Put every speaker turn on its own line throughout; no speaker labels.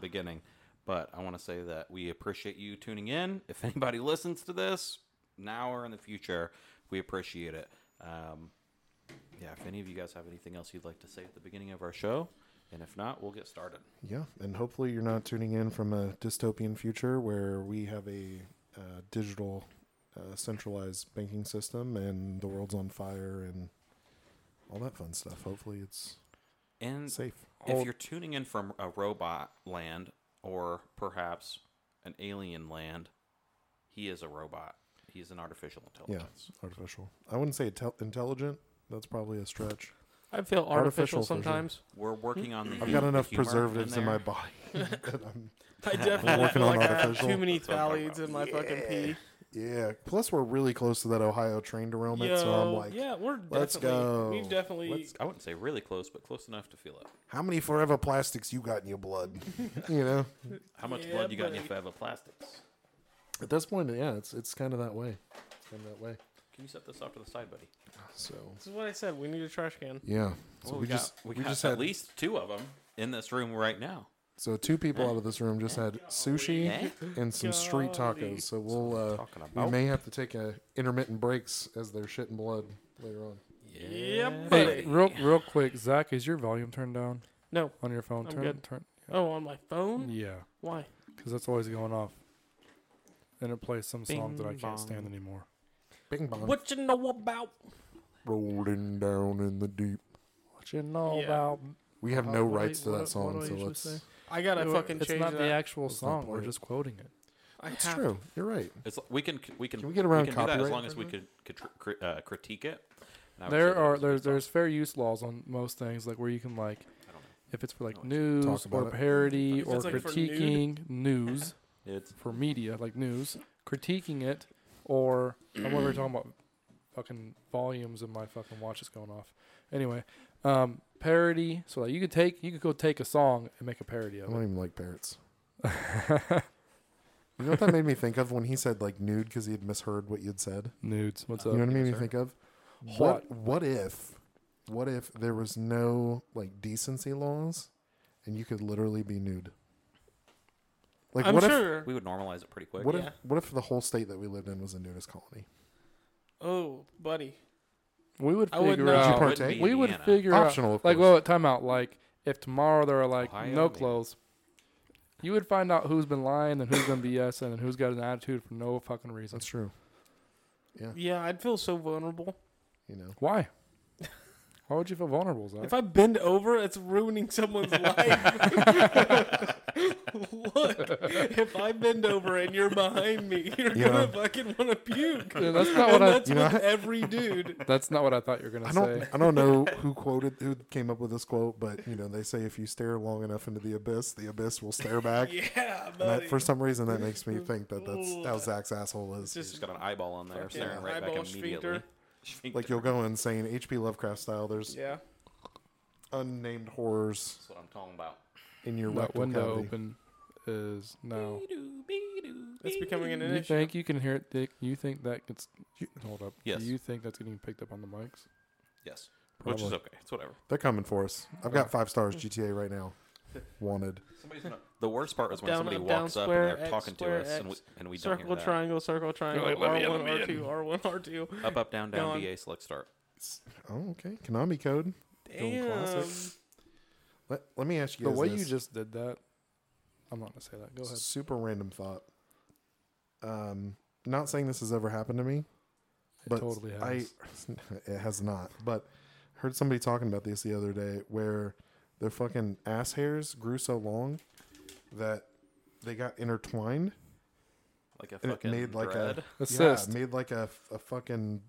beginning. But I want to say that we appreciate you tuning in. If anybody listens to this now or in the future, we appreciate it. Um, yeah, if any of you guys have anything else you'd like to say at the beginning of our show, and if not, we'll get started.
Yeah, and hopefully you're not tuning in from a dystopian future where we have a uh, digital uh, centralized banking system and the world's on fire and all that fun stuff. Hopefully it's
And
safe.
if you're tuning in from a robot land or perhaps an alien land, he is a robot. He's an artificial
Yeah,
intelligence.
artificial. I wouldn't say tel- intelligent. That's probably a stretch.
I feel artificial,
Artificial for sure.
sometimes.
We're working on the.
I've got
the
enough
humor
preservatives in,
there.
my body. that I'm-
I definitely
working
feel
on
like I have
artificial.
too many
That's what I'm talking
phthalates in my fucking pee.
yeah. Plus, we're really close to that Ohio train derailment, so I'm
Yo,
um, like,
yeah, we're
let's
definitely,
go.
We've definitely.
Let's- I wouldn't say really close, but close enough to feel it.
how many forever plastics you got in your blood? you know,
How much
Yeah,
blood you got in your
buddy.
fava plastics?
at this point, yeah, it's it's kind of that way. It's kind of that way.
Can you set this off to the side, buddy?
So
this is what I said. We need a trash can.
yeah. So
Well, we, got,
just
we,
we
got
just
at
had
least two of them in this room right now.
So two people out of this room just had sushi
Eh?
and some street
Golly.
tacos. So we'll uh,
Talking
we
about.
may have to take a intermittent breaks as they're shitting blood later on.
Yep.
Hey, real real quick, Zach, is your volume turned down
No.
on your phone?
I'm
turn,
good.
turn.
Oh, on my
Mm.
phone?
Yeah,
Why?
because that's always going off. And it plays some song that I
Bing
can't stand
bong.
anymore.
Bing bong.
What you know about?
Rolling down in the deep.
What you know
Yeah.
about?
We have
Uh,
no
what do I-
rights to
what do-
that
what do
song,
I
so
usually
let's.
say?
I gotta
It-
fucking
it's
change
not
that.
the actual
Let's not
song.
play
We're
it.
just quoting it.
I
It's
have-
true. You're right.
It's, we can we can
Can we get around
can do that as
copyright
long as we could,
infringement?
could cr- uh, critique it. And I would say
There
that
are
was a good
there's
song.
there's fair use laws on most things, like where you can like
I don't know.
if it's for like
Talk
news
about
or
it.
parody
If
or
it's, like, for nude.
critiquing news
It's
for media, like news, critiquing it, or I'm over here talking about fucking volumes and my fucking watch is going off. Anyway, um, parody. So like you could take you could go take a song and make a parody
I
of
don't
it.
even like parrots. you know what that made me think of when he said like nude because he had misheard what you'd said.
Nudes. What's
you know
up?
what it made me
sir.
think of? What
What?
what if what if there was no like decency laws and you could literally be nude? Like
I'm
what
sure.
we would normalize it pretty
if
quick.
what
yeah.
if what if the whole state that we lived in was a nudist colony?
oh, buddy.
We would
I would
figure
know.
Would you
out.
part-
Wouldn't
partake?
be
We would
Indiana.
figure
Optional,
out.
of
Like
course.
well, time out. Like if tomorrow there are like
Ohio,
no
Indiana.
clothes. You would find out who's been lying and who's been BSing and who's got an attitude for no fucking reason.
That's true. Yeah.
Yeah, I'd feel so vulnerable.
You know.
Why? Why would you feel vulnerable, Zach?
If I bend over, it's ruining someone's life. Look, if I bend over and you're behind me, you're
Yeah.
gonna fucking want to puke.
Yeah, that's not
and
what I-
that's
you know,
with
I-
every dude.
That's not what I thought you were
I
gonna
don't
say.
I don't know who quoted who came up with this quote, but you know, they say if you stare long enough into the abyss, the abyss will stare back.
Yeah,
And that,
buddy.
for some reason that makes me think that that's how Zach's asshole is.
it's
He's
just
just got an eyeball on there,
Fucking
staring right back
eyeball
immediately.
sphincter.
Sphincter.
like you'll go insane. H.P. Lovecraft style. There's
yeah.
unnamed horrors
That's what I'm talking about.
in your
That
rectal
window
cavity.
open is
Oh.
now.
It's becoming an
You
issue.
think you can hear it? Dick? You think that gets?
You-
Hold up.
Yes.
Do you think that's getting picked up on the mics?
Yes,
Probably.
which is okay. It's whatever.
They're coming for us. I've got five stars GTA right now. Wanted.
Somebody's not, the worst part is when
Down,
somebody
up, down,
walks up
square,
and they're
X,
talking to
square,
us, and we,
X.
and we don't
Circle
hear that.
triangle, circle triangle,
like, let me in,
R1,
let me
R2, R1, R2.
Up, up, down,
Gone.
down, BA, select start.
Oh, okay. Konami code. Going
Damn.
classic. Let, let me ask you
The
guys
way
this.
you just did that, I'm not gonna say that. Go ahead.
super random thought. Um, not saying this has ever happened to me,
It
but
totally has.
I it has not. But heard somebody talking about this the other day where their fucking ass hairs grew so long that they got intertwined
Like a
and
fucking
it made like
dread.
a
Assist.
Yeah, made like a, a fucking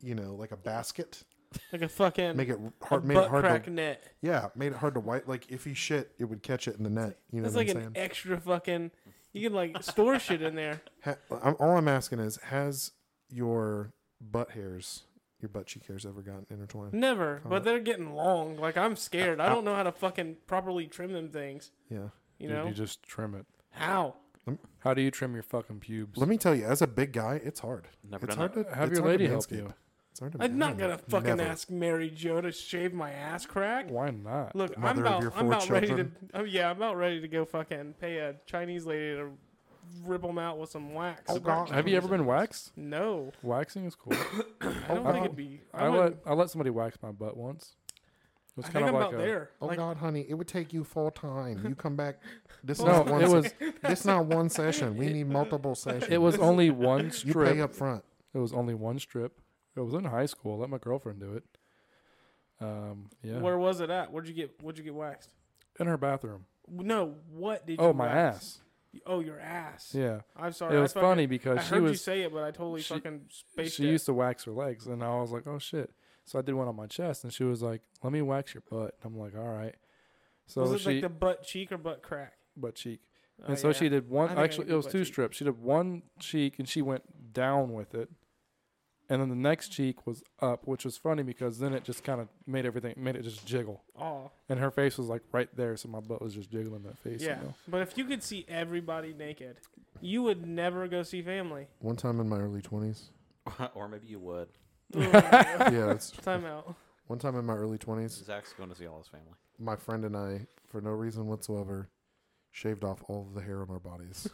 you know like a basket.
Like a fucking
Make it
a
hard. Made it
butt
hard
crack
to
net.
yeah. Made it hard to wipe. Like if he shit, it would catch it in the net. You know
That's
what
like
I'm
an
saying?
extra fucking. You can like store shit in there.
Ha- I'm, all I'm asking is, has your butt hairs, your butt cheek hairs, ever gotten intertwined?
Never,
Comment.
but they're getting long. Like I'm scared. I don't know how to fucking properly trim them things.
Yeah.
You
Dude,
know
you just trim it.
how?
How do you trim your fucking pubes?
Let me tell you, as a big guy, it's hard.
Never
it's
done
hard to
Have
it's
your
hard to
lady help
manscape.
you.
It's hard to
I'm not
imagine.
gonna fucking
Never.
ask Mary Jo to shave my ass crack.
Why not?
Look, I'm
Mother of
about
your
I'm
four
about ready to
children.
oh yeah, I'm about ready to go fucking pay a Chinese lady to rip them out with some wax.
Oh, God.
Have you ever been waxed?
No,
Waxing is cool.
I don't
Oh,
think
God.
it'd be. I,
I let
wouldn't-
I let somebody wax my butt once. It
I
was
think
kind
I'm
of like
about
a
there.
Oh
Like,
God, honey, it would take you full time. You come back. This is
no.
not one.
It was
This not one session. We need multiple sessions.
it was only one
you pay
strip.
up front.
It was only one strip. It was in high school. I let my girlfriend do it. Um, yeah,
where was it at? Where'd you get? Where'd you get waxed?
in her bathroom.
No, what did? you
Oh, my
wax?
ass.
Oh, your ass.
Yeah,
I'm sorry.
it
I
was
fucking-
funny
I
because she
heard you
was
say it, but I totally
she-
fucking spaced
she
it.
used to wax her legs, and I was like, oh shit. So I did one on my chest, and she was like, let me wax your butt. I'm like, all right. So
was it
she
like the butt cheek or butt crack?
butt cheek.
Oh,
And so
yeah.
she did
I
one.
think I
Actually,
do
it was
butt
two
cheek.
strips. She did one cheek, and she went down with it, and then the next cheek was up, which was funny because then it just kind of made everything made it just jiggle,
Oh
and her face was like right there, so my butt was just jiggling that face. you
yeah,
know?
but if you could see everybody naked, you would never go see family.
One time in my early twenties.
or maybe you would.
Time
Yeah, it's
out.
one time in my early twenties.
Zach's going to see all his family.
My friend and I, for no reason whatsoever, shaved off all of the hair on our bodies.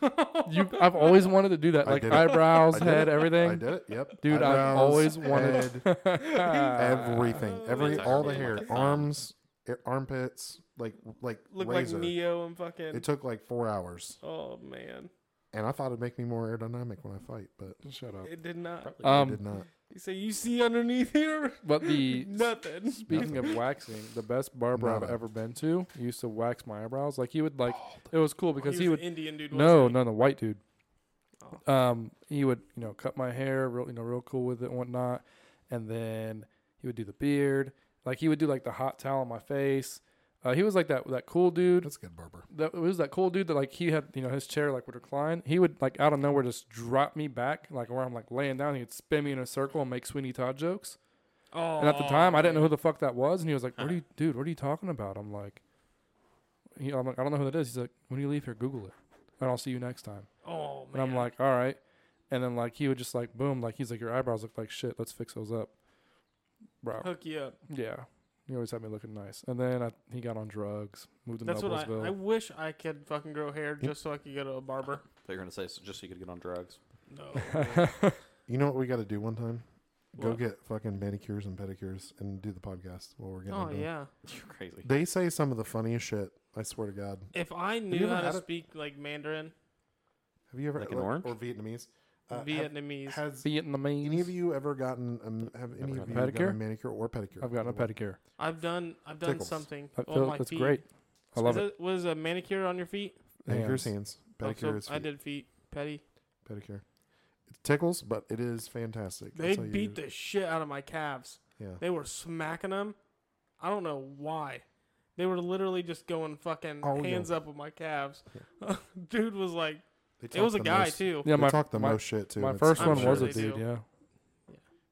You, I've always wanted to do that,
I
like
did it.
eyebrows,
I did
head,
it. I
everything.
did it. Yep.
Dude, I've
Eyebrows,
always wanted Ah.
head, everything. Every
That's
all the
actually
hair,
like a thumb.
arms, eh, armpits, like like
Look
razor.
like Neo and fucking.
It took like four hours,
oh man,
and I thought it'd make me more aerodynamic when I fight, but
Shut up.
it did not.
Probably.
it did
Um,
not.
You say you see underneath here
but the
nothing.
Speaking of waxing, the best barber I've
Nada.
ever been to used to wax my eyebrows. Like he would like
Oh,
it was cool because
Oh, was
he, would
an Indian dude.
no
wasn't Oh.
no no white dude. Um, he would you know cut my hair real you know real cool with it and whatnot, and then he would do the beard. Like he would do like the hot towel on my face. Uh, he was like that that cool dude.
That's a good barber.
That it was that cool dude that like he had you know his chair like would recline. He would like out of nowhere just drop me back like where I'm like laying down. He'd spin me in a circle and make Sweeney Todd jokes.
he? Oh,
And at the time, I didn't know who the fuck that was. And he was like, "What are you, dude? What are you talking about?" I'm like, he, "I'm like, I don't know who that is." He's like, "When you leave here, Google it, and I'll see you next time."
Oh man.
And I'm like, "All right." And then like he would just like boom, like he's like, "Your eyebrows look like shit. Let's fix those up, bro."
hook you up.
Yeah, he always had me looking nice. And then I, he got on drugs, moved to
That's what I. I
Noblesville.
wish I could fucking grow hair just so I could go to a barber.
They're going to say so just so you could get on drugs.
No.
You know what we got to do one time? Go
What?
get fucking manicures and pedicures and do the podcast while we're getting.
oh
it done.
yeah.
You're crazy.
They say some of the funniest shit. I swear to God.
If I
you
knew
ever
how to
had a-
speak like Mandarin,
Have you ever
Like an orange?
or Vietnamese? Uh, have-
Vietnamese,
has
Vietnamese.
any of you ever gotten? Um, have any
Never gotten
of you
a
gotten a
pedicure?
manicure or pedicure?
I've gotten a
Either way.
pedicure.
I've done. I've done
Tickles.
something.
That
on
feels-
my
that's
feet.
great. I love
Is
it.
it- Was a manicure on your feet?
Manicures
Hands.
hands.
Oh,
Pedicure
so
is
I
feet.
did feet. Petty.
pedicure. It tickles, but it is fantastic.
They
That's how you-
beat the shit out of my calves.
Yeah.
They were smacking them. I don't know why. They were literally just going fucking
Oh, yeah.
hands up with my calves. Dude was like,
They
it was
talk
a
the
guy
most-
too.
Yeah,
they
my
talk the
my,
most shit too.
my
and it's-
first
I'm
one
sure
was a
they
dude.
do.
Yeah,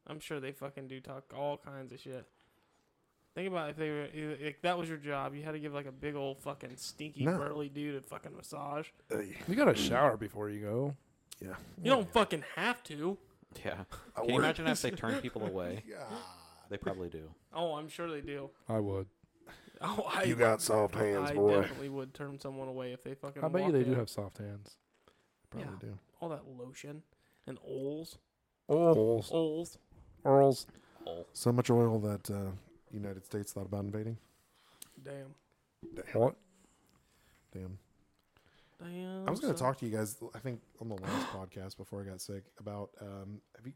I'm sure they fucking do talk all kinds of shit. Think about if they were if that was your job, you had to give like a big old fucking stinky
No.
burly dude a fucking massage.
Ey,
you got to shower before you go.
Yeah.
You don't fucking have to.
Yeah.
I
Can you
work-
imagine if they turn people away?
God.
They probably do.
Oh, I'm sure they do.
I would.
Oh, I
You got soft hands,
I
boy.
definitely would turn someone away if they fucking.
I bet you
walked
they do
in.
have soft hands.
Probably
Yeah.
do.
all that lotion and oils.
Earls.
Oils.
Earls.
Oh.
So much oil that uh, United States thought about invading.
Damn.
What?
Damn.
Damn.
I was going to
son.
talk to you guys. I think on the last podcast before I got sick about um, have you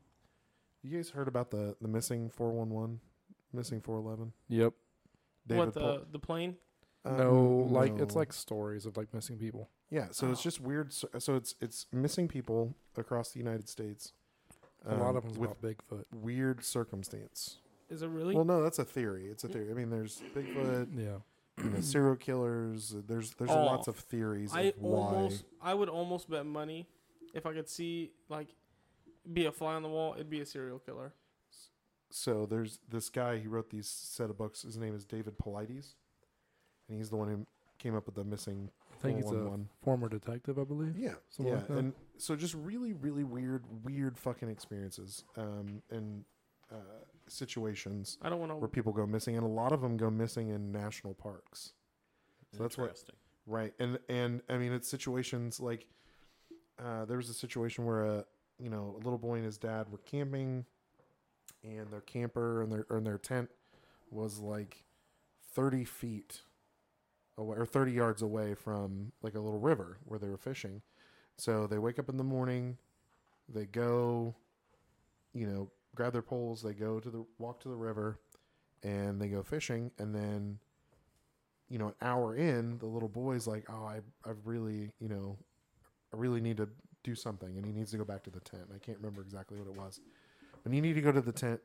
you guys heard about the the missing four one one, missing four eleven? Uh,
Yep.
What the the plane?
no, like it's like stories of like missing people.
yeah. So it's
Oh.
just weird. So, so it's it's missing people across the United States.
a lot
um,
of them's
with
about Bigfoot.
weird circumstance.
Is it really?
Well, no, that's a theory. It's a theory. I mean, there's Bigfoot,
Yeah.
you know, serial killers. There's there's
Oh,
lots of theories
I
of why.
almost I would almost bet money if I could see like be a fly on the wall, it'd be a serial killer.
so there's this guy he wrote these set of books his name is david polites and he's the one who came up with the missing
I think he's a
411.
former detective, I believe.
yeah
something
yeah
like that.
and so just really really weird weird fucking experiences um and uh, situations
I don't want
where
to.
people go missing, and a lot of them go missing in national parks. So that's what
Interesting.
Right, and and I mean, it's situations like uh, there was a situation where a you know a little boy and his dad were camping, and their camper and their or their tent was like thirty feet away or thirty yards away from like a little river where they were fishing. So they wake up in the morning, they go, you know, grab their poles, they go to the walk to the river, and they go fishing, and then you know, an hour in, the little boy's like, "Oh, I, I really, you know, I really need to do something," and he needs to go back to the tent. I can't remember exactly what it was, but he needed to go to the tent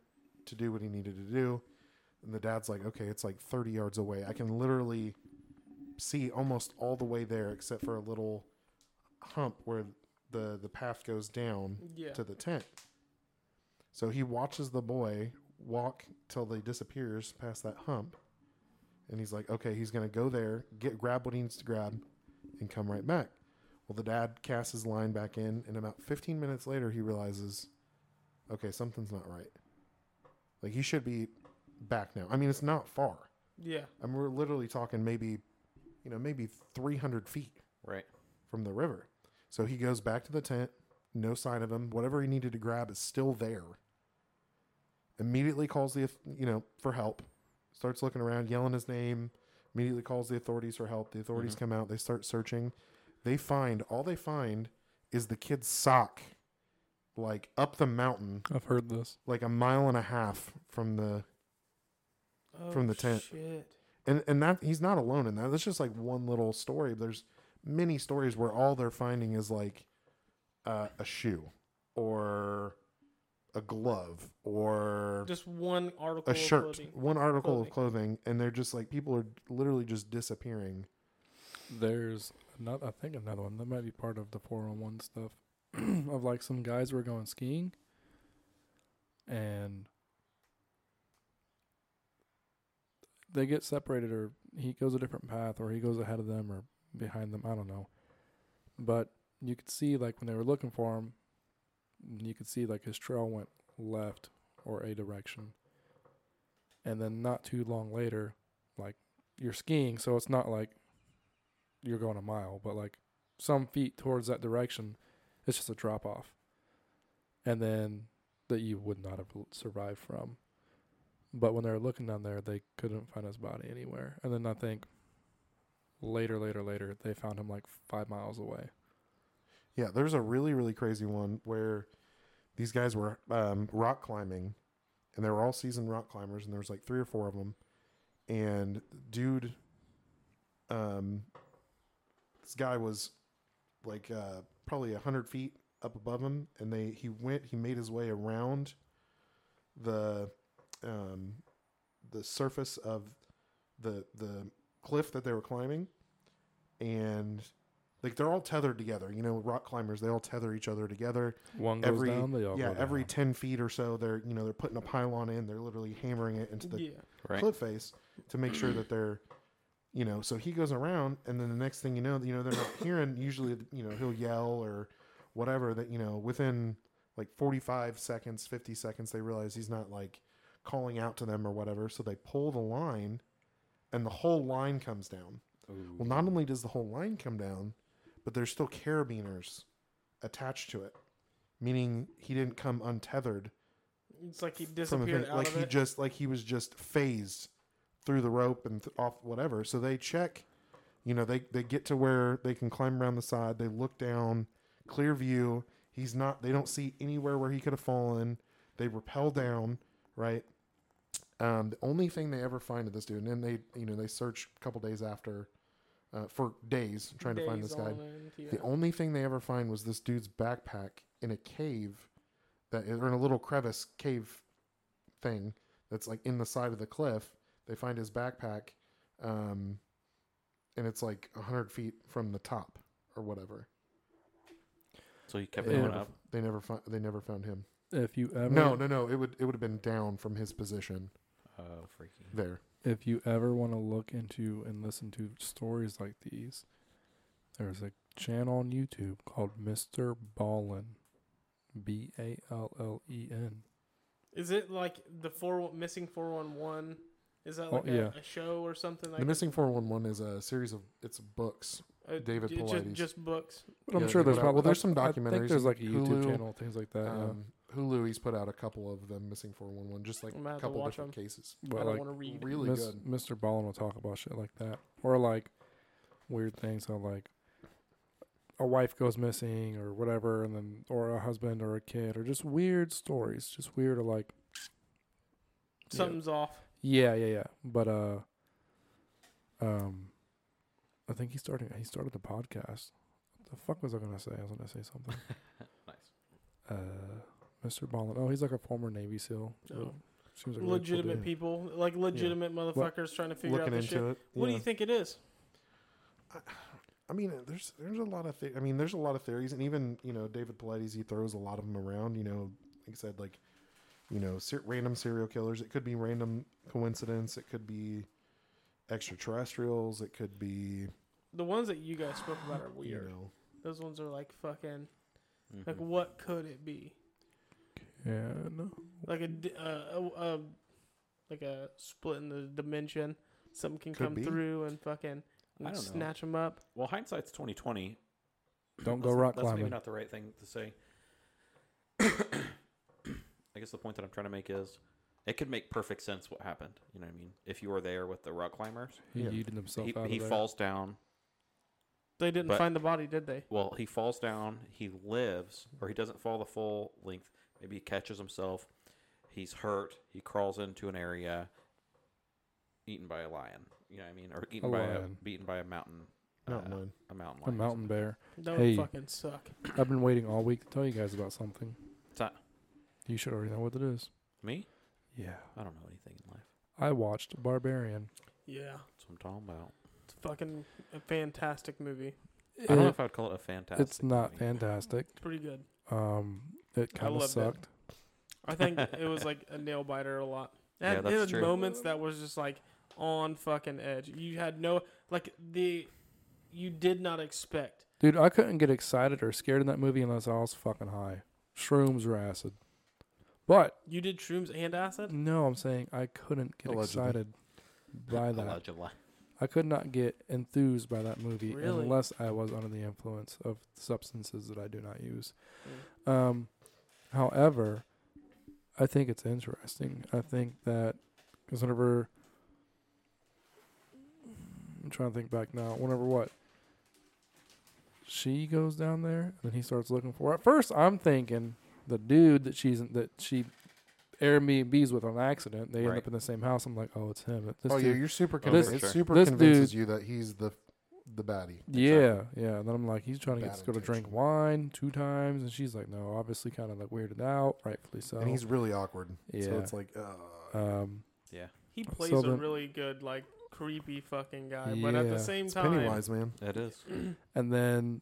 to do what he needed to do. And the dad's like, "Okay, it's like 30 yards away. I can literally see almost all the way there, except for a little hump where the the path goes down
Yeah.
to the tent." So he watches the boy walk till they disappears past that hump. And he's like, okay, he's gonna go there, get grab what he needs to grab, and come right back. Well, the dad casts his line back in, and about 15 minutes later, he realizes, okay, something's not right. Like he should be back now. I mean, it's not far.
Yeah.
I mean, we're literally talking maybe, you know, maybe 300 feet
Right.
from the river. So he goes back to the tent, no sign of him. Whatever he needed to grab is still there. Immediately calls the, you know, for help. Starts looking around, yelling his name. Immediately calls the authorities for help. The authorities come out. They start searching. They find, all they find is the kid's sock, like up the mountain,
I've heard this.
like a mile and a half from the From the tent.
Oh, Shit.
and and that he's not alone in that. That's just like one little story. There's many stories where all they're finding is like uh, a shoe or a glove or
Just one article.
a
of
shirt,
clothing.
one article of clothing, and they're just like people are literally just disappearing.
There's not I think another one that might be part of the four on one stuff of like some guys were going skiing and they get separated or he goes a different path or he goes ahead of them or behind them, I don't know. But you could see like when they were looking for him, you could see like his trail went left or a direction. And then not too long later, like you're skiing, so it's not like you're going a mile, but like some feet towards that direction, it's just a drop off. And then that you would not have l- survived from. But when they were looking down there, they couldn't find his body anywhere. And then I think later, later, later, they found him like five miles away.
Yeah, there's a really really crazy one where these guys were um, rock climbing, and they were all seasoned rock climbers, and there was like three or four of them, and dude, um, this guy was like uh, probably a hundred feet up above him, and they he went he made his way around the um, the surface of the the cliff that they were climbing, and like they're all tethered together. You know, rock climbers they all tether each other together.
One goes
Every
down, they all
yeah,
go
every
down.
ten feet or so, they're you know they're putting a pylon in. They're literally hammering it into the
yeah.
Right.
cliff face to make sure that they're you know so he goes around and then the next thing you know you know they're not hearing usually you know he'll yell or whatever that you know within like 45 seconds 50 seconds they realize he's not like calling out to them or whatever so they pull the line and the whole line comes down well not only does the whole line come down but there's still carabiners attached to it meaning he didn't come untethered
It's like he
from the
disappeared
thing.
out
like
of
he
it.
just like he was just phased through the rope and th- off whatever so they check you know they they get to where they can climb around the side they look down clear view he's not they don't see anywhere where he could have fallen they rappel down right um, the only thing they ever find of this dude and then they you know they search a couple days after uh, for days trying to find
Days
this guy
on end, yeah.
the only thing they ever find was this dude's backpack in a cave that or in a little crevice cave thing that's like in the side of the cliff. They find his backpack, um, and it's like hundred feet from the top or whatever.
So you kept
They
going
never-
up.
They never found. They never found him.
If you ever
No, no, no. It would. It would have been down from his position
Oh, freaky.
there.
if you ever want to look into and listen to stories like these, there's a channel on YouTube called Mr. Ballin, B A L L E N.
Is it like the four missing four one one? Is that
Oh,
like a,
yeah.
a show or something like
the missing 411 is a series of it's books.
uh,
David
ju- ju-
Pilates.
just books?
But I'm
Yeah,
sure
they
there's
put out-
prob-
well, there's some
I
documentaries
think there's
on
like a YouTube
Hulu,
channel, things like that. yeah.
Um, Hulu, he's put out a couple of them missing 411, just like
I'm gonna
a
have to
couple
watch
different cases.
But
I don't
like
want to read.
Really
Miss-
good.
Mr. Ballin will talk about shit like that, or like weird things on like a wife goes missing or whatever, and then or a husband or a kid or just weird stories, just weird or like yeah.
Something's off.
yeah, yeah, yeah. But uh, um, I think he started he started the podcast. What the fuck was I gonna say? I was gonna say something.
Nice.
uh, Mr. Ballin. Oh, he's like a former Navy SEAL.
Oh.
Seems like a really cool
Legitimate
dude.
people, like legitimate motherfuckers trying to figure out
Looking
this shit.
into it.
What do
yeah.
you think it is?
I mean, there's there's a lot of the- I mean, there's a lot of theories, and even you know David Pilates, he throws a lot of them around. You know, like I said, like you know, ser- random serial killers. It could be random coincidence. It could be extraterrestrials. It could be
The ones that you guys spoke about are
you
weird.
know.
Those ones are like fucking.
Mhm.
Like
Mm-hmm.
what could it be?
Yeah, no.
Like a, di- uh, a, a like a split in the dimension. Something can
Could
come
be.
through and fucking
I don't
snatch them up.
Well, hindsight's twenty twenty.
Don't go rock
That's maybe
climbing.
not the right thing to say. I guess the point that I'm trying to make is, it could make perfect sense what happened. You know what I mean? If you were there with the rock climbers,
He
Yeah.
yeeted himself
he,
out
he
of there.
falls down.
They didn't
But-
find the body, did they?
Well, he falls down. He lives, or he doesn't fall the full length. Maybe he catches himself. He's hurt. He crawls into an area, eaten by a lion. You know what I mean? Or eaten
A
by
lion.
a beaten by a mountain.
Mountain
uh,
lion.
A mountain
A
lion.
mountain bear.
That
Hey.
would fucking suck.
I've been waiting all week to tell you guys about something.
Ta-
You should already know what it is.
Me?
Yeah.
I don't know anything in life.
I watched Barbarian.
Yeah,
That's what I'm talking about.
it's fucking a fantastic movie.
I don't know
It-
if I would call it a fantastic.
it's not
movie.
fantastic.
It's pretty good.
Um, it
I
kind of
loved it.
sucked.
I think it was like a nail biter a lot. It
Yeah,
had, it
that's
had
true.
moments that was just like on fucking edge. You had no like the you did not expect.
Dude, I couldn't get excited or scared in that movie unless I was fucking high. Shrooms or acid. But
You did shrooms and acid.
no, I'm saying I couldn't get
Allegedly.
excited by that.
Allegedly.
I could not get enthused by that movie
Really?
unless I was under the influence of substances that I do not use.
Mm.
Um, however, I think it's interesting. I think that because whenever I'm trying to think back now, whenever what she goes down there and then he starts looking for. At first, I'm thinking the dude that she's that she Airbnbs with on accident, they end
Right.
up in the same house. I'm like, oh, it's him. This
Oh
dude
yeah, you're super
Oh,
convinced.
for
It
sure.
super
This
convinces you that he's the the baddie.
Yeah, yeah. And then I'm like, he's trying to
Bad
get this girl to drink
intention.
wine two times, and she's like, no, obviously kind of like weirded out, rightfully so.
and he's really awkward.
Yeah.
So it's like, uh,
um,
Yeah,
He plays a
then-
really good like creepy fucking guy, but at
Yeah.
the same
it's
time,
Pennywise, man.
it is.
Uh, and then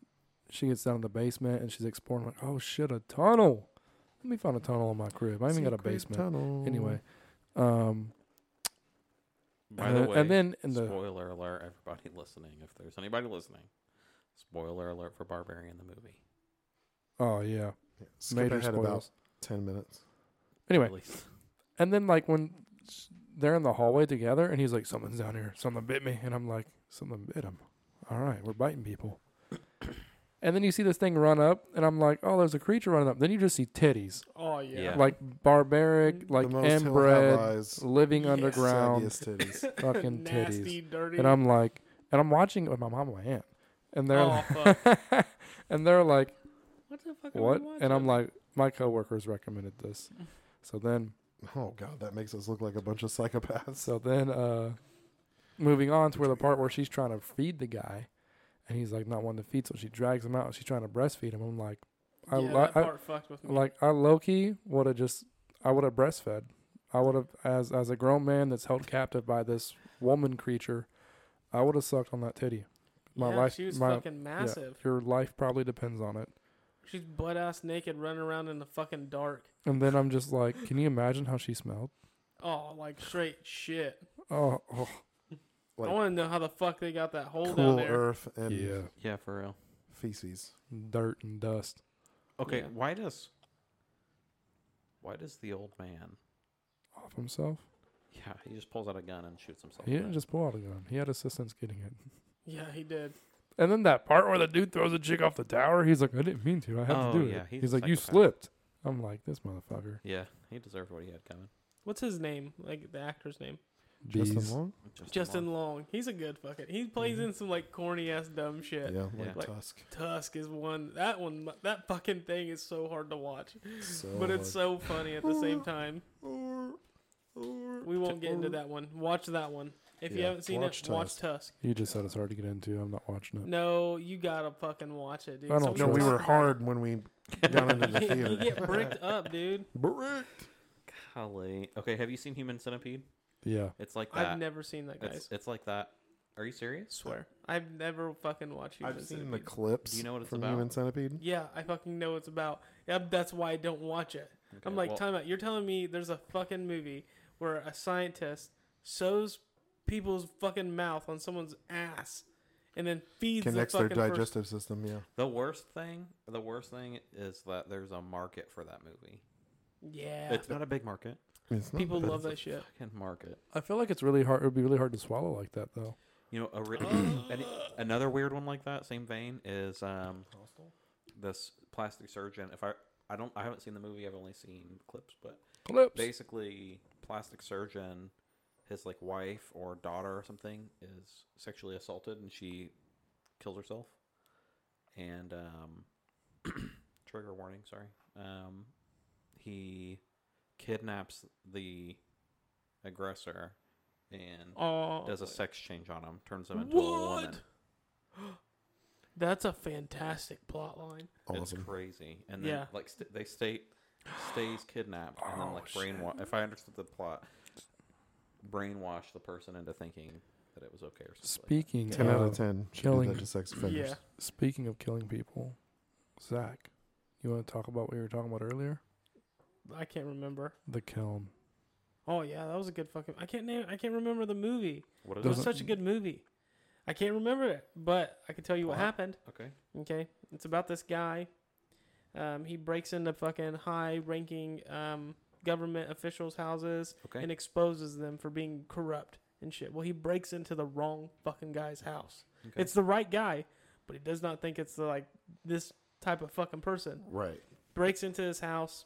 she gets down in the basement and she's exploring like, oh shit, a tunnel. Let me find a tunnel in my crib. I even got a
Secret
basement.
tunnel.
Anyway, um,
By
and,
the
then-
way,
and then in the
spoiler alert, everybody listening, if there's anybody listening, spoiler alert for Barbarian the movie.
oh yeah,
Yeah, skip
major
ahead about
spoils.
ten minutes.
Anyway,
At least.
and then like when s- they're in the hallway together, and he's like, something's down here, something bit me, and I'm like, something bit him. All right, we're biting people. And then you see this thing run up, and I'm like, "Oh, there's a creature running up." Then you just see titties,
Oh yeah.
Yeah.
like barbaric,
The
like
the most hill
inbred,
have
living
Yeah.
underground,
eyes, saggiest titties.
fucking titties.
Nasty, dirty.
And I'm like, and I'm watching it with my mom and my aunt, and they're,
oh fuck.
and they're like,
What the fuck? are we
"What?"
watching?
And I'm like, "My coworkers recommended this." So then
Oh god, that makes us look like a bunch of psychopaths.
So then, uh, moving on to where the part where she's trying to feed the guy, and he's like not wanting to feed, so she drags him out. and She's trying to breastfeed him. I'm like, I,
yeah,
I,
that part fucked with
I
me.
like I low key would have just I would have breastfed. I would have as as a grown man that's held captive by this woman creature. I would have sucked on that titty. My
yeah,
life,
she was
my
fucking massive.
your life probably depends on it.
She's butt ass naked, running around in the fucking dark.
And then I'm just like, can you imagine how she smelled?
Oh, like straight shit.
Oh, oh
Like,
I want to know how the fuck they got that hole down
cool
there.
earth and
yeah,
Yeah, for real.
feces.
dirt and dust.
Okay,
Yeah.
why does Why does the old man?
off himself.
Yeah, he just pulls out a gun and shoots himself.
He
with
didn't
it.
just pull out a gun. He had assistants getting it.
Yeah, he did.
And then that part where the dude throws a chick off the tower, he's like, I didn't mean to. I had
Oh,
to do
yeah,
it.
he's
He's,
a
like, you
psychopath.
slipped. I'm like, this motherfucker.
Yeah, he deserved what he had coming.
What's his name? Like the actor's name?
Bees.
Justin Long?
Justin Long. He's a good fucking. He plays in some like corny ass dumb
Mm-hmm. Yeah,
shit.
Yeah.
like
Like-
Tusk.
Tusk is one. That one. That fucking thing is so hard to watch,
So
but it's
hard.
so funny at the same time. We won't get into that one. Watch that one. If you
Yeah,
haven't seen
watch
it, watch Tusk.
You just said it's hard to get into. I'm not watching it.
No, you gotta fucking watch it, dude.
I don't
No, we
Trust.
were hard when we got into the
You, you
theater.
get bricked up, dude.
Brick.
Golly. Okay, have you seen Human Centipede?
Yeah.
It's like that.
I've never seen that, guys.
it's, it's like that. Are you serious?
swear, I've never fucking watched Human
I've seen the
Centipede.
clips
Do you know what it's
from
about?
Human Centipede.
yeah, I fucking know what it's about. Yeah, that's why I don't watch it. I'm
Okay,
like,
well,
time out. You're telling me there's a fucking movie where a scientist sews people's fucking mouth on someone's ass and then feeds
Connects
the
their
fucking person-
digestive system, yeah.
the worst thing. The worst thing is that there's a market for that movie.
Yeah,
It's not a big market.
It's not
people
bad.
love that shit.
Fucking market.
I feel like it's really hard. It would be really hard to swallow like that, though.
You know, a ri- any, another weird one like that, same vein, is um, this plastic surgeon. If I, I don't, I haven't seen the movie. I've only seen clips, but
Clips.
basically, plastic surgeon, his like wife or daughter or something is sexually assaulted, and she kills herself. And um, trigger warning, sorry. Um, he kidnaps the aggressor and
Oh,
does a sex change on him, turns him into a woman.
What? that's a fantastic plot line.
It's
Awesome.
crazy. And then
Yeah.
like st- they state stays kidnapped and then
Oh,
like
shit.
brainwash. If I understood the plot, brainwash the person into thinking that it was okay or something. like
Speaking
Ten out of
of-
ten. Should do
killing-
that to sex offenders.
Yeah.
Speaking of killing people, Zach, you want to talk about what you were talking about earlier?
I can't remember.
The kiln.
Oh yeah, that was a good fucking. I can't name. I can't remember the movie.
that. What is
It was
Doesn't-
such a good movie. I can't remember it, but I can tell you what
Plot?
happened.
it? Okay.
Okay, it's about this guy. Um, he breaks into fucking high-ranking um, government officials' houses
Okay.
and exposes them for being corrupt and shit. Well, he breaks into the wrong fucking guy's house.
okay.
It's the right guy, but he does not think it's the, like this type of fucking person.
Right.
Breaks into his house.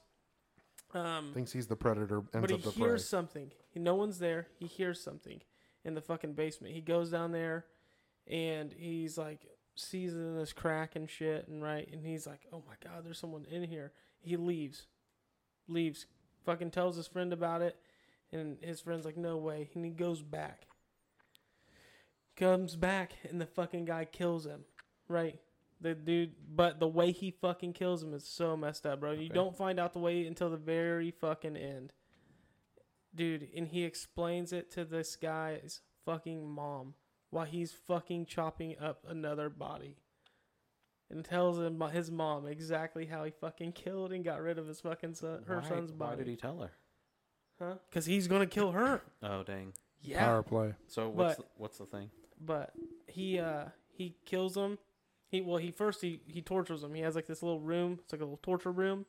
Um,
Thinks he's the predator, ends
but he
up the prey.
hears something. He, no one's there. He hears something in the fucking basement. He goes down there, and he's like sees it in this crack and shit, and right, and he's like, "Oh my god, there's someone in here." He leaves, leaves, fucking tells his friend about it, and his friend's like, "No way," and he goes back. Comes back, and the fucking guy kills him, right? The dude, but the way he fucking kills him is so messed up, bro. You
Okay.
don't find out the way until the very fucking end dude and he explains it to this guy's fucking mom while he's fucking chopping up another body and tells him about his mom exactly how he fucking killed and got rid of his fucking son her
Why-
son's
Why
body
did he tell her?
huh because he's gonna kill her
Oh dang.
yeah
Power play.
So what's
But-
the, what's the thing?
but he uh he kills him he well he first he he tortures him he has like this little room it's like a little torture room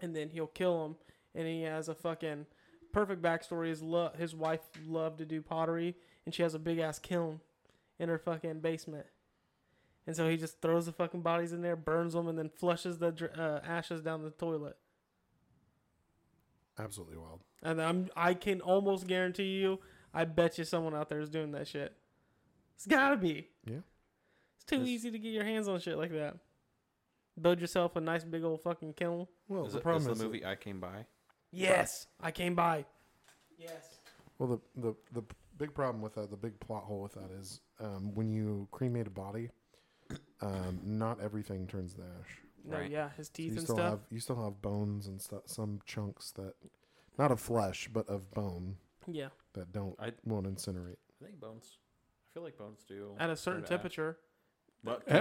and then he'll kill him and he has a fucking perfect backstory his lo- his wife loved to do pottery and she has a big ass kiln in her fucking basement and so he just throws the fucking bodies in there burns them and then flushes the dr- uh, ashes down the toilet
Absolutely wild.
and i'm i can almost guarantee you i bet you someone out there is doing that shit it's gotta be
Yeah.
it's too
It's-
easy to get your hands on shit like that. Build yourself a nice big old fucking kiln.
Well,
is
the
it,
problem
is
is,
the
that-
movie I Came By?
Yes, I came by. Yes.
Well, the, the the big problem with that, the big plot hole with that is um, when you cremate a body, um, not everything turns to ash.
No,
Right.
yeah, his
So
teeth
you
and
still
stuff.
have you still have bones and stuff, some chunks that, not of flesh, but of bone
yeah,
that don't
I-
won't incinerate.
I think bones. I feel like bones do.
at a certain
turn to ash.
temperature.
But kilns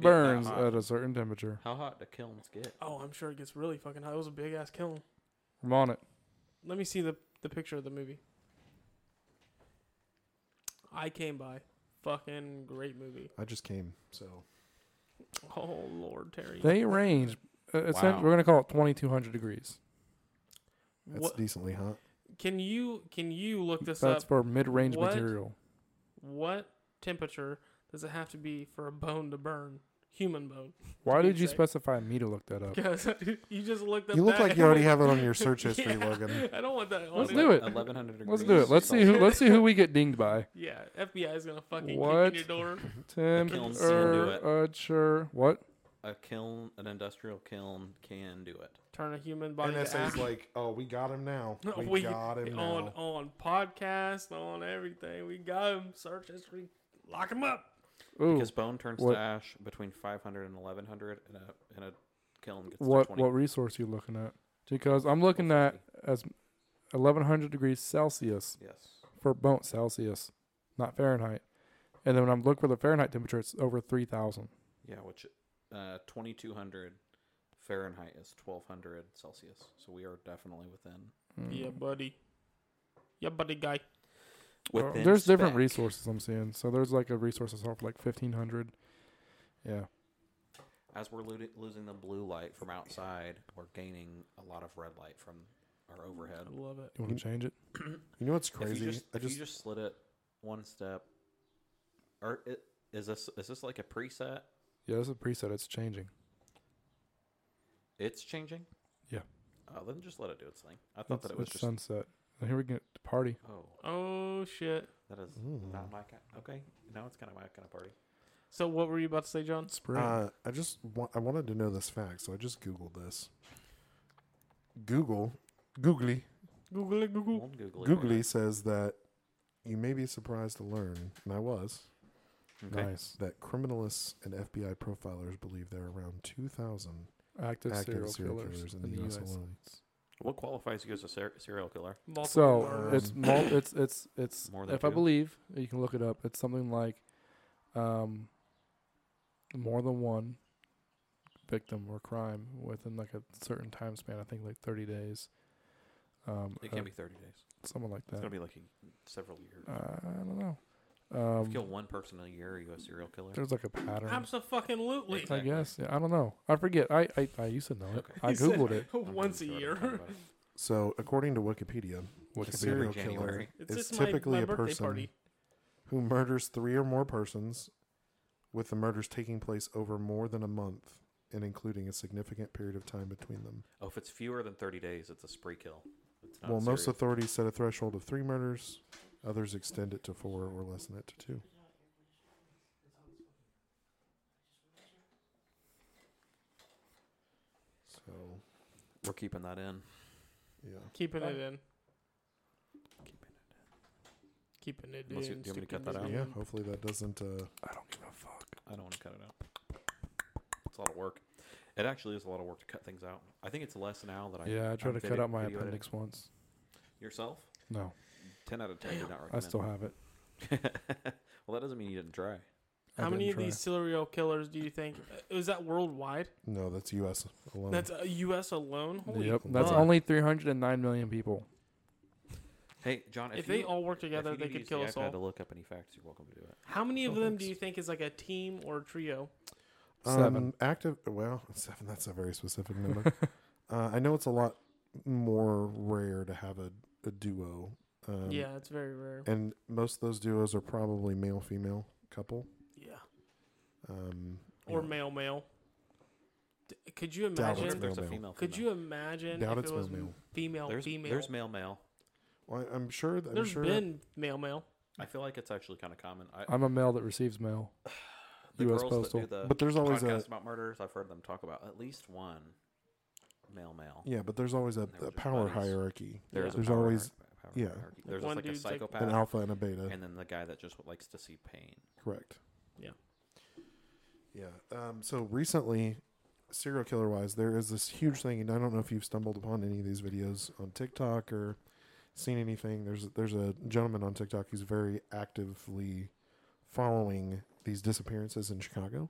don't get that
burns
hot.
at a certain temperature.
How hot do kilns get?
Oh, I'm sure it gets really fucking hot. It was a big ass kiln.
I'm on it.
Let me see the the picture of the movie. I came by. Fucking great movie.
I just came, so
Oh Lord, Terry.
They range. Uh, essen-
Wow.
We're going to call it 2200 degrees.
That's
What
decently hot.
can you can you look this
That's
up?
for mid-range
What?
material.
What temperature does it have to be for a bone to burn? Human bone.
Why did you
say.
specify me to look that up?
Because you just looked up.
Oh. You look
that
like you already
and-
have it on your search history,
Yeah,
Logan.
I don't want that. on
Let's
it.
do it.
1100 degrees.
Let's do it. Let's see who. Let's see who we get dinged by.
Yeah, FBI is gonna fucking
What?
kick in your door.
Tim
kiln seal do it.
Urcher. What?
A kiln, an industrial kiln, can do it.
Turn a human body to ash.
NSA's like, oh, we got him now.
No,
We, got him
on
now.
on podcast on everything. We got him. Search history. Lock him up.
Ooh.
Because bone turns
Hmm. What-
to ash between 500 and 1100, and a, and a kiln gets to
What
20.
what resource you looking at? Because I'm looking at as 1100 degrees Celsius
Yes.
for bone Celsius, not Fahrenheit. And then when I'm looking for the Fahrenheit temperature, it's over 3000.
Yeah, which uh, 2200 Fahrenheit is 1200 Celsius. So we are definitely within.
Mm.
Yeah, buddy. Yeah, buddy guy.
Well,
within
there's different
spec.
resources I'm seeing. So there's like a resource that's off like 1500. Yeah.
As we're lo- losing the blue light from outside, we're gaining a lot of red light from our overhead.
I love it.
You
Mm.
want to change it?
You know what's
If
crazy?
you just,
I
if you
just
just slid it one step, or it, is this is this like a preset?
Yeah, this is a preset. It's changing.
It's changing.
Yeah.
Uh, then just let it do its thing. I thought that
It's-
it was
it's
just.
sunset. And here we get to party.
Oh,
Oh shit.
that is
Mm.
not my kind. Okay, now it's kind of my kind of party.
So what were you about to say, John?
Spring.
Uh, I just wa- I wanted to know this fact, so I just googled this. Google, googly,
Google it. Google.
One googly.
googly says that you may be surprised to learn, and I was,
Okay.
Nice.
that criminalists and FBI profilers believe there are around two thousand
Active,
active
serial, killers, in the U.S.
alone.
What qualifies you as a ser- serial killer?
Multiple
So
murders.
it's mul- it's it's it's
More than
if I
two?
believe you can look it up. It's something like, um, more than one victim or crime within like a certain time span. I think like thirty days. Um,
It
uh,
can't be 30 days.
something like
It's
that.
gonna be like a, several years.
Uh, I don't know.
if you kill
Um,
one person a year, are you a serial killer?
there's like a pattern.
Absolutely.
I
Exactly.
guess. Yeah, I don't know. I forget. I I, I used to know it.
Okay.
I
He said
googled it.
I'm
Once a
pretty sure I don't
year.
know about it.
So, according to Wikipedia,
What
Every
a
is
serial killer
January.
It's
is
just my-
typically
my
a
birthday
person
party.
who murders three or more persons, with the murders taking place over more than a month and including a significant period of time between them.
Oh, if it's fewer than 30 days, it's a spree kill. It's not
Well, most
serial.
authorities set a threshold of three murders. Others extend it to four or lessen it to two. So,
We're keeping that in.
yeah.
Keeping
Uh,
Oh.
it in.
Keeping
Keeping it in.
Unless you- do you want me to cut
sticking
that
it
out?
Yeah,
in.
hopefully that doesn't. Uh,
I don't give a fuck.
it. I don't want to cut it out. It's a lot of work. It actually is a lot of work to cut things out. I think it's less now that I
Yeah, I tried
I'm
to cut
video-
out my
video editing.
appendix once.
yourself.
No,
10 out of 10 did not
I
recommend.
still have it.
well, that doesn't mean you didn't try.
I
How many
didn't
of
try.
these serial killers do you think? uh, Is that worldwide?
no, that's U.S. alone.
That's uh, U.S. alone. Holy
Yep,
fuck.
that's
Wow.
only 309 million people.
Hey, John, if,
if they
you,
all worked
if
together,
you
they
need to
could
use the
kill us
iPad to
all.
look up any facts, you're welcome to do it.
How many of
Oh,
them do
thanks.
you think is like a team or a trio?
Seven.
Um, active. Well, seven. That's a very specific number. uh, I know it's a lot more rare to have a, a duo. Um,
yeah, it's very rare.
And most of those duos are probably male female couple.
Yeah,
Um, you
or
know,
male male. D- could you
Wonder
Doubt it's
if
imagine?
there's a
male-male.
female.
Could
female.
you imagine
Doubt
if
it's
it was
male-male.
female
There's,
female?
there's male male.
Well, I'm sure. I'm
There's
sure
been male male.
I feel like it's actually kind of common. I,
Uh,
I'm a male that receives mail.
the
U.S.
girls
Postal.
that do the
but there's always a
podcast about murders, I've heard them talk about at least one male male.
yeah, but there's always a,
They were
a
just
power
buddies.
hierarchy.
There is
There's
a power
always
hierarchy- power
yeah.
hierarchy. There's just
one
like a
dude's like-
psychopath,
an alpha and a beta.
and then the guy that just likes to see pain.
Correct.
Yeah.
Yeah. Um, so recently, serial killer wise, there is this huge thing, and I don't know if you've stumbled upon any of these videos on TikTok or seen anything. There's there's a gentleman on TikTok who's very actively following these disappearances in Chicago.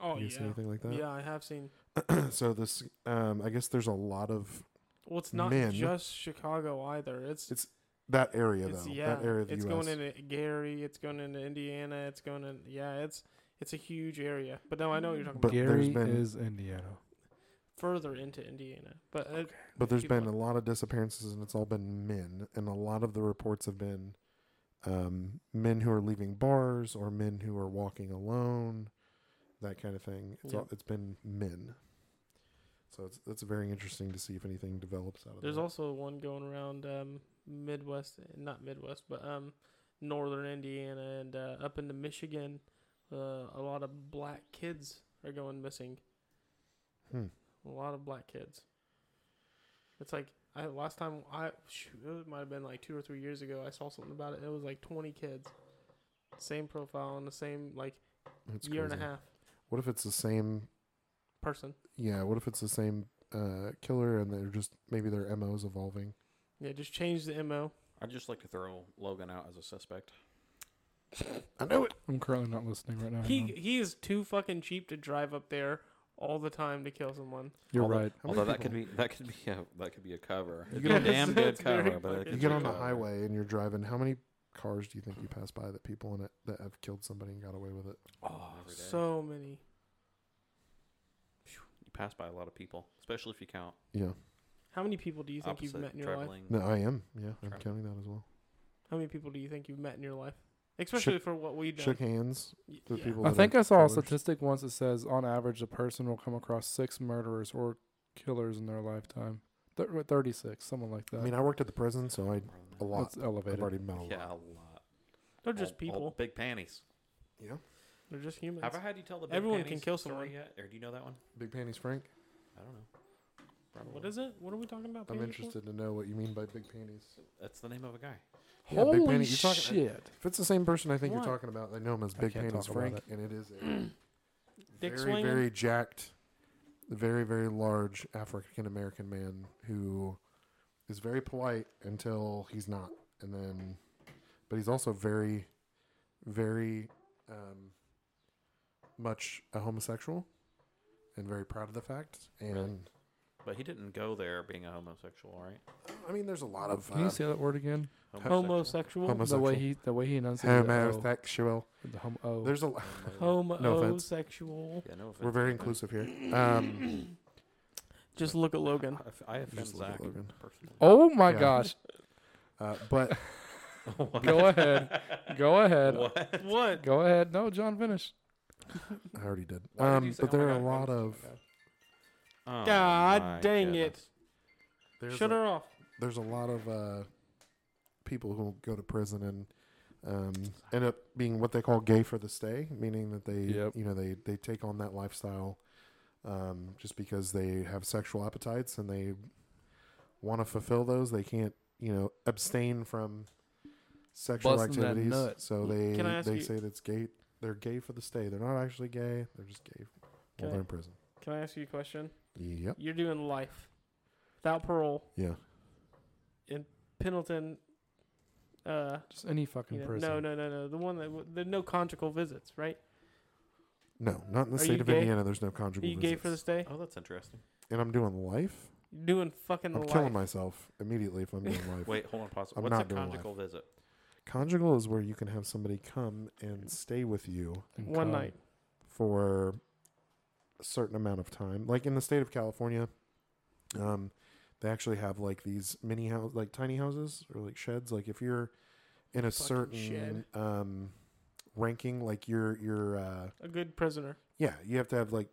Oh
you
yeah,
seen anything like that?
yeah. I have seen.
so this, um, I guess there's a lot of
Well, it's not
Men.
just Chicago either. It's
It's- that area
it's
though.
yeah,
that area of the
it's
U.S.
going into Gary. It's going into Indiana. It's going in yeah. It's it's a huge area. But no, I know what you're talking
But
about.
there's
Gary
been-
is Indiana.
further into Indiana. But uh,
But there's
people-
been a lot of disappearances, and it's all been men. And a lot of the reports have been um, men who are leaving bars or men who are walking alone, that kind of thing. It's
Yeah.
all, it's been men. So it's it's very interesting to see if anything develops out of
there's
that.
also one going around um, Midwest, not Midwest, but um, northern Indiana and uh, up into Michigan. Uh, a lot of black kids are going missing.
Hmm.
A lot of black kids. It's like I last time I shoot, it might have been like two or three years ago. I saw something about it. It was like 20 kids, same profile and the same like
It's
year and
crazy.
a half
What if it's the same?
person.
Yeah. What if it's the same uh, killer, and they're just maybe their mo is evolving?
Yeah, just change the mo.
I'd just like to throw Logan out as a suspect.
I know it.
I'm currently not listening right now.
He
Hang on.
he is too fucking cheap to drive up there all the time to kill someone.
You're
although-
right.
How many
Although that
people-
could be that could be a that could be a cover.
You
It's
get
a
on-
damn good
That's very
cover, but it
fucking-
could
You
be
get
a
on the
cover.
highway and you're driving. How many cars do you think you pass by that people in it that have killed somebody and got away with it?
Oh, every day.
So many.
you pass by a lot of people, especially if you count
Yeah.
How many people do you think you've
opposite
met in your life?
traveling.
No, I am. Yeah, I'm
Travel.
counting that as well.
How many people do you think you've met in your life? Especially for what we do.
Shook hands. the people-
I
Well,
think
then
I saw a
killers.
statistic once that says on average a person will come across six murderers or killers in their lifetime. Th- 36, someone like that.
I mean, I worked at the prison, so I a lot.
That's
I've
elevated.
already met a lot.
Yeah, a lot.
They're just
All- all
people.
big panties.
Yeah.
They're just humans.
Have I had you tell the big
Everyone can
panties
kill
story
someone.
yet? Or do you know that one?
Big panties, Frank.
I don't know.
What is it? What are we talking about?
I'm
Panties for?
interested to know what you mean by big panties.
That's the name of a guy.
Yeah,
Holy
Big Panties, you're talking-
shit.
If it's the same person, I think
What?
you're talking about. I know him as
I
Big
can't
Panties
talk about
Frank,
it.
and it is a
Dick
very,
swinging?
very jacked, very, very large African American man who is very polite until he's not, and then, but he's also very, very, um, much a homosexual, and very proud of the fact. And
Really? But he didn't go there being a homosexual, all right?
I mean, there's a lot of
Can
uh,
you say that word again?
Homosexual.
Homo-
The
Homosexual.
way he the way he enunciated the O.
homosexual.
The hom- o.
There's a lot.
Homosexual.
Yeah, no offense.
We're very
but
inclusive here. Um,
Just look at Logan.
I, I offend
Just look at
Zach
Logan.
personally.
Oh my
Yeah.
gosh.
uh, but
Go ahead. Go ahead.
what?
Go ahead. No, John, finish.
I already did.
Why did you
Um,
say-
but
oh my
there are a
God,
lot
oh my
of
God. Oh, my
God dang
goodness.
there's
it. Shut
a-
her off.
there's a lot of uh, people who go to prison and um, end up being what they call gay for the stay, meaning that they
Yep.
you know they they take on that lifestyle um, just because they have sexual appetites and they want to fulfill those. They can't you know abstain from sexual
Busting that
activities,
nut.
so they
Can I ask
they
you-
say that's gay. They're gay for the stay. They're not actually gay. They're just gay
Can I-
while they're in prison.
Can I ask you a question?
Yep.
You're doing life without parole,
Yeah.
Pendleton. Uh,
Just any fucking
you know,
prison.
no, no, no, no. The one that w- there are no conjugal visits, right?
No, not in the
Are
state
Oh, you
of
gay?
Indiana. There's no
Are
conjugal
you
visits.
gay for this day?
Oh, that's interesting.
And I'm doing life.
Doing fucking
I'm
life.
killing myself immediately if I'm doing life.
Wait, hold on, pause.
I'm
What's a
not doing live.
conjugal visit?
Conjugal is where you can have somebody come and stay with you
And
one
come.
night.
for a certain amount of time. Like in the state of California, um, they actually have like these mini house, like tiny houses or like sheds. Like if you're in a
Fucking
certain
shed.
um ranking, like you're you're uh,
A good prisoner.
yeah, you have to have like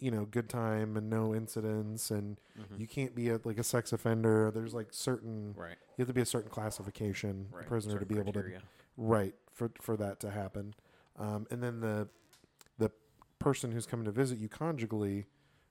you know good time and no incidents, and
Mhm.
you can't be a, like a sex offender. There's like certain
right,
you have to be a certain classification
right.
prisoner to
Certain
be able to
criteria.
right for for that to happen um, and then the the person who's coming to visit you conjugally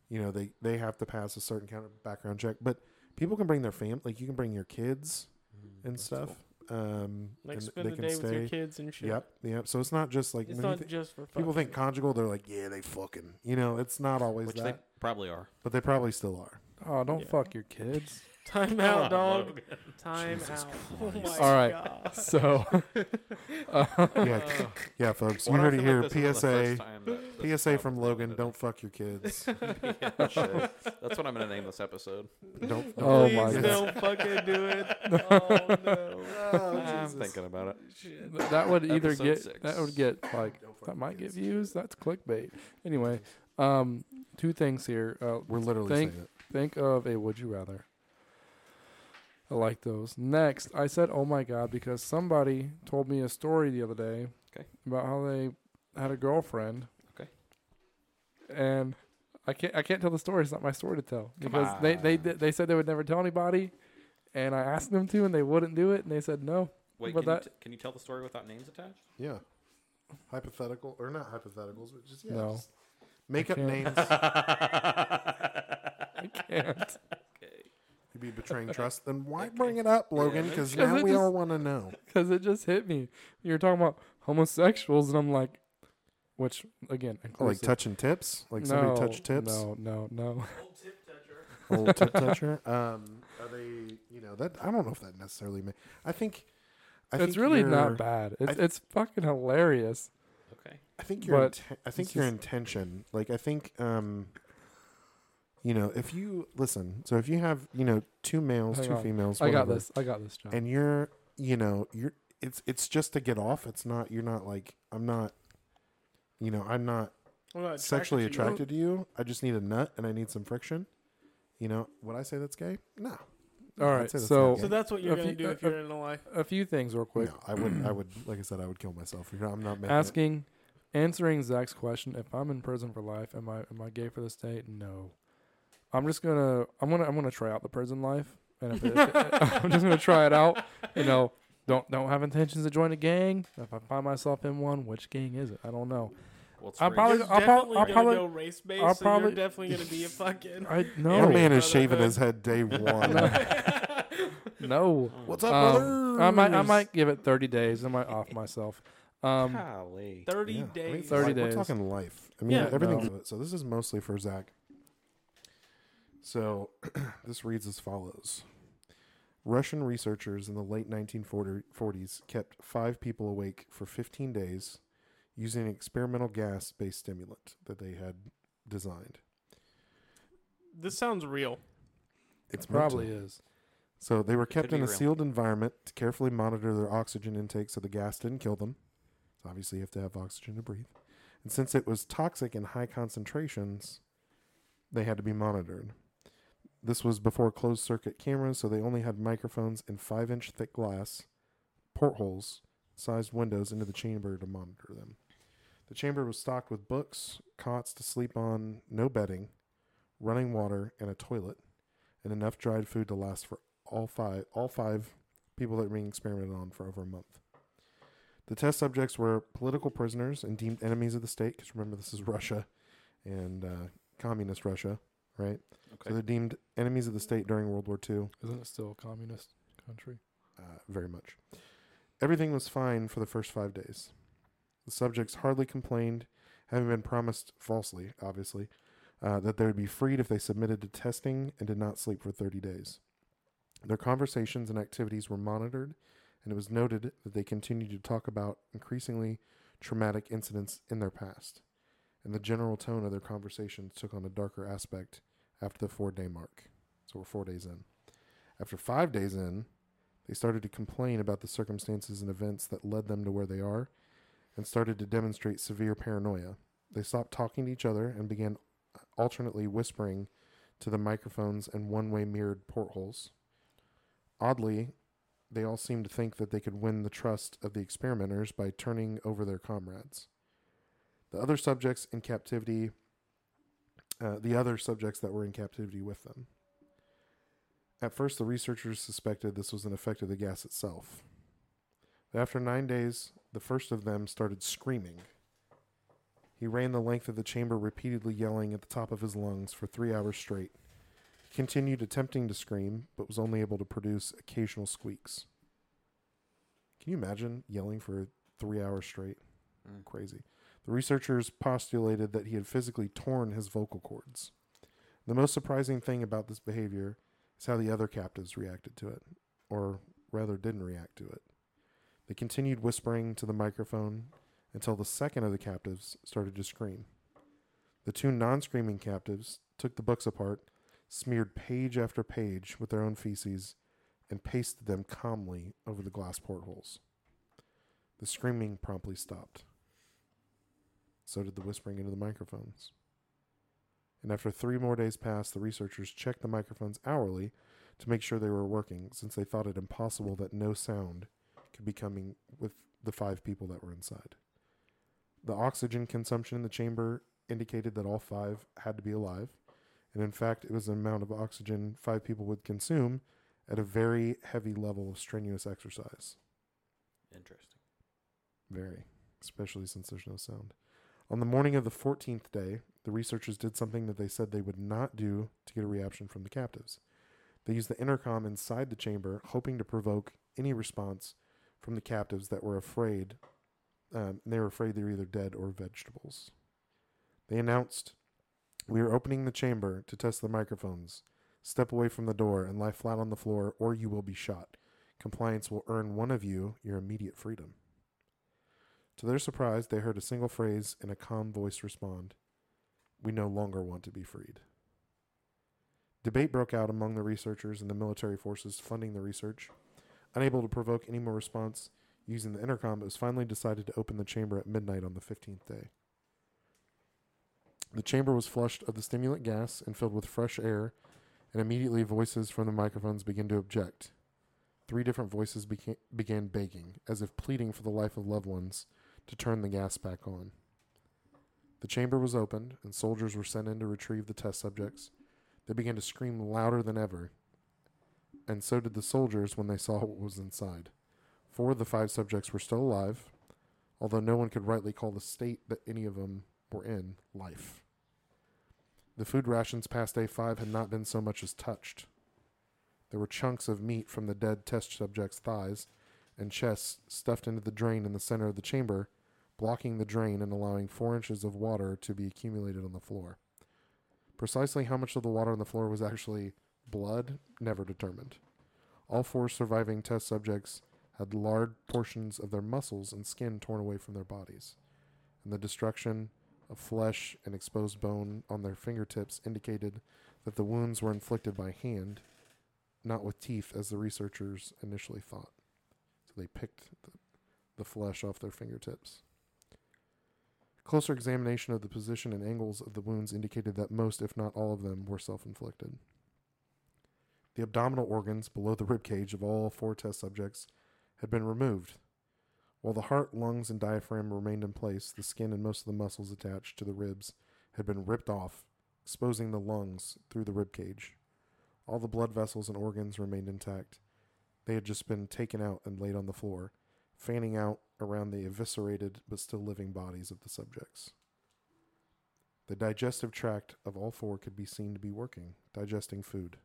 you know they they have to pass a certain kind of background check but people can bring their fam like you can bring your kids
Mm,
and
that's
stuff
cool.
um
Like
and
spend the day with your kids and shit.
yep yep so it's not just like
It's
when you
not
thi-
just for fun.
people think conjugal they're like yeah they fucking you know it's not always
Which
that
they probably are.
but they probably still are
Oh, don't
Yeah.
fuck your kids.
Time
Come on,
out, dog.
Logan.
Time
Jesus
out. Oh my
Christ.
All right.
God.
So, uh,
yeah yeah folks you
Why do I
heard it
feel like
here
this isn't the first
psa
time that this
psa
has
from
happened
logan
today?
don't fuck your kids
Yeah, shit. That's what I'm gonna name this episode.
don't, don't
Oh
Please
my God.
don't fucking do it. Oh no.
I'm thinking about it.
that would either
Episode
get
six.
that would get like
Don't fuck
that
your
might get
kids.
views. That's clickbait. Anyway, Um, two things here. Uh,
We're literally
Thank-
saying it.
Think of a would you rather. I like those. Next, I said, oh my God, because somebody told me a story the other day
Okay.
about how they had a girlfriend.
Okay.
And I can't, I can't tell the story. It's not my story to tell
Come
because they, they,
on.
they said they would never tell anybody. And I asked them to, and they wouldn't do it. And they said, no.
Wait,
But
can,
that-
you t- can you tell the story without names attached?
Yeah. Hypothetical or not hypotheticals, but just yeah.
No.
just make
I
up
can't.
names.
I can't.
You'd be betraying trust. Then why bring it up, Logan? Because
Because
now
it
we
just-
all want to know.
Because it just hit me. You were talking about homosexuals, and I'm like, which, again,
Oh, like
inclusive.
touching tips, like somebody touch tips,
No, no, no.
Old tip toucher.
A little tip toucher. Um, are they? You know that I don't know if that necessarily. Ma- I think. I
it's
think
really
your-
not bad. It's,
I-
it's fucking hilarious.
Okay.
I think your.
but
inten- I think
it's
your
just-
intention. Like I think. Um, you know, if you listen, so if you have you know two males,
Hang
two
on.
females,
I got
whatever,
this. I got this, John.
and you're you know you're it's it's just to get off. It's not you're not like I'm not. You know I'm not sexually attracted to you. I just need a nut and I need some friction. You know, would I say that's gay? No.
All
I'd
right,
say that's
so
not
So
gay.
that's what you're
If
gonna
you-
do if
uh,
you're in LA.
a few things real quick.
No, I would. I would. Like I said, I would kill myself. You know, I'm not making. it.
Asking, answering Zach's question: If I'm in prison for life, am I am I gay for this state? No. I'm just gonna I'm gonna I'm gonna try out the prison life, and if it, I'm just gonna try it out. You know, don't don't have intentions to join a gang. If I find myself in one, which gang is it? I don't know.
Well, it's
I
free.
probably-
You're
I'll prob-
definitely
I'll
gonna
probably-
go race based.
I'll
so
probably-
you're definitely gonna be a fucking.
I
Your
no
man is
Brotherhood.
shaving his head day one.
no.
What's up,
Um, I might I
brothers?
might give it 30 days. I might off myself. Um,
Golly.
Thirty
Yeah, I mean,
days.
30
like,
days.
We're talking life. I mean,
Yeah.
everything's So this is mostly for Zach. So this reads as follows. Russian researchers in the late 1940s kept five people awake for 15 days using an experimental gas based stimulant that they had designed.
This sounds real.
It's meant to.
probably is.
So they were kept
be
in a
real.
sealed environment to carefully monitor their oxygen intake so the gas didn't kill them. So obviously, you have to have oxygen to breathe. And since it was toxic in high concentrations, they had to be monitored. This was before closed circuit cameras, so they only had microphones and five inch thick glass portholes sized windows into the chamber to monitor them. The chamber was stocked with books, cots to sleep on, no bedding, running water, and a toilet, and enough dried food to last for all five all five people that were being experimented on for over a month. The test subjects were political prisoners and deemed enemies of the state, because remember this is Russia and uh, communist Russia, right?
Okay.
So they're deemed enemies of the state during World War II
Isn't it still a communist country?
uh, very much. Everything was fine for the first five days. The subjects hardly complained, having been promised falsely, obviously, uh, that they would be freed if they submitted to testing and did not sleep for 30 days. Their conversations and activities were monitored, and it was noted that they continued to talk about increasingly traumatic incidents in their past. And the general tone of their conversations took on a darker aspect after the four day mark. So we're four days in. After five days in, they started to complain about the circumstances and events that led them to where they are and started to demonstrate severe paranoia. They stopped talking to each other and began alternately whispering to the microphones and one way mirrored portholes. Oddly, they all seemed to think that they could win the trust of the experimenters by turning over their comrades. The other subjects in captivity, uh, the other subjects that were in captivity with them. At first, the researchers suspected this was an effect of the gas itself. But after nine days, the first of them started screaming. He ran the length of the chamber, repeatedly yelling at the top of his lungs for three hours straight. He continued attempting to scream, but was only able to produce occasional squeaks. Can you imagine yelling for three hours straight?
Mm.
Crazy. The researchers postulated that he had physically torn his vocal cords. The most surprising thing about this behavior is how the other captives reacted to it, or rather didn't react to it. They continued whispering to the microphone until the second of the captives started to scream. The two non screaming captives took the books apart, smeared page after page with their own feces, and pasted them calmly over the glass portholes. The screaming promptly stopped. So did the whispering into the microphones. and after three more days passed, the researchers checked the microphones hourly to make sure they were working, since they thought it impossible that no sound could be coming with the five people that were inside. The oxygen consumption in the chamber indicated that all five had to be alive, and in fact, it was the amount of oxygen five people would consume at a very heavy level of strenuous exercise.
Interesting.
Very, especially since there's no sound. On the morning of the 14th day, the researchers did something that they said they would not do to get a reaction from the captives. They used the intercom inside the chamber, hoping to provoke any response from the captives that were afraid. Um, they were afraid they were either dead or vegetables. They announced, We are opening the chamber to test the microphones. Step away from the door and lie flat on the floor, or you will be shot. Compliance will earn one of you your immediate freedom. To their surprise, they heard a single phrase in a calm voice respond We no longer want to be freed. Debate broke out among the researchers and the military forces funding the research. Unable to provoke any more response using the intercom, it was finally decided to open the chamber at midnight on the 15th day. The chamber was flushed of the stimulant gas and filled with fresh air, and immediately voices from the microphones began to object. Three different voices beca- began begging, as if pleading for the life of loved ones, to turn the gas back on. The chamber was opened, and soldiers were sent in to retrieve the test subjects. They began to scream louder than ever, and so did the soldiers when they saw what was inside. Four of the five subjects were still alive, although no one could rightly call the state that any of them were in life. The food rations past day five had not been so much as touched. There were chunks of meat from the dead test subjects' thighs and chests stuffed into the drain in the center of the chamber, blocking the drain and allowing four inches of water to be accumulated on the floor. Precisely how much of the water on the floor was actually blood, never determined. All four surviving test subjects had large portions of their muscles and skin torn away from their bodies, and the destruction of flesh and exposed bone on their fingertips indicated that the wounds were inflicted by hand, not with teeth, as the researchers initially thought. So they picked the, the flesh off their fingertips. Closer examination of the position and angles of the wounds indicated that most, if not all of them, were self inflicted. The abdominal organs below the ribcage of all four test subjects had been removed, while the heart, lungs, and diaphragm remained in place, the skin and most of the muscles attached to the ribs had been ripped off, exposing the lungs through the rib cage. All the blood vessels and organs remained intact. They had just been taken out and laid on the floor, fanning out around the eviscerated but still living bodies of the subjects. The digestive tract of all four could be seen to be working, digesting food.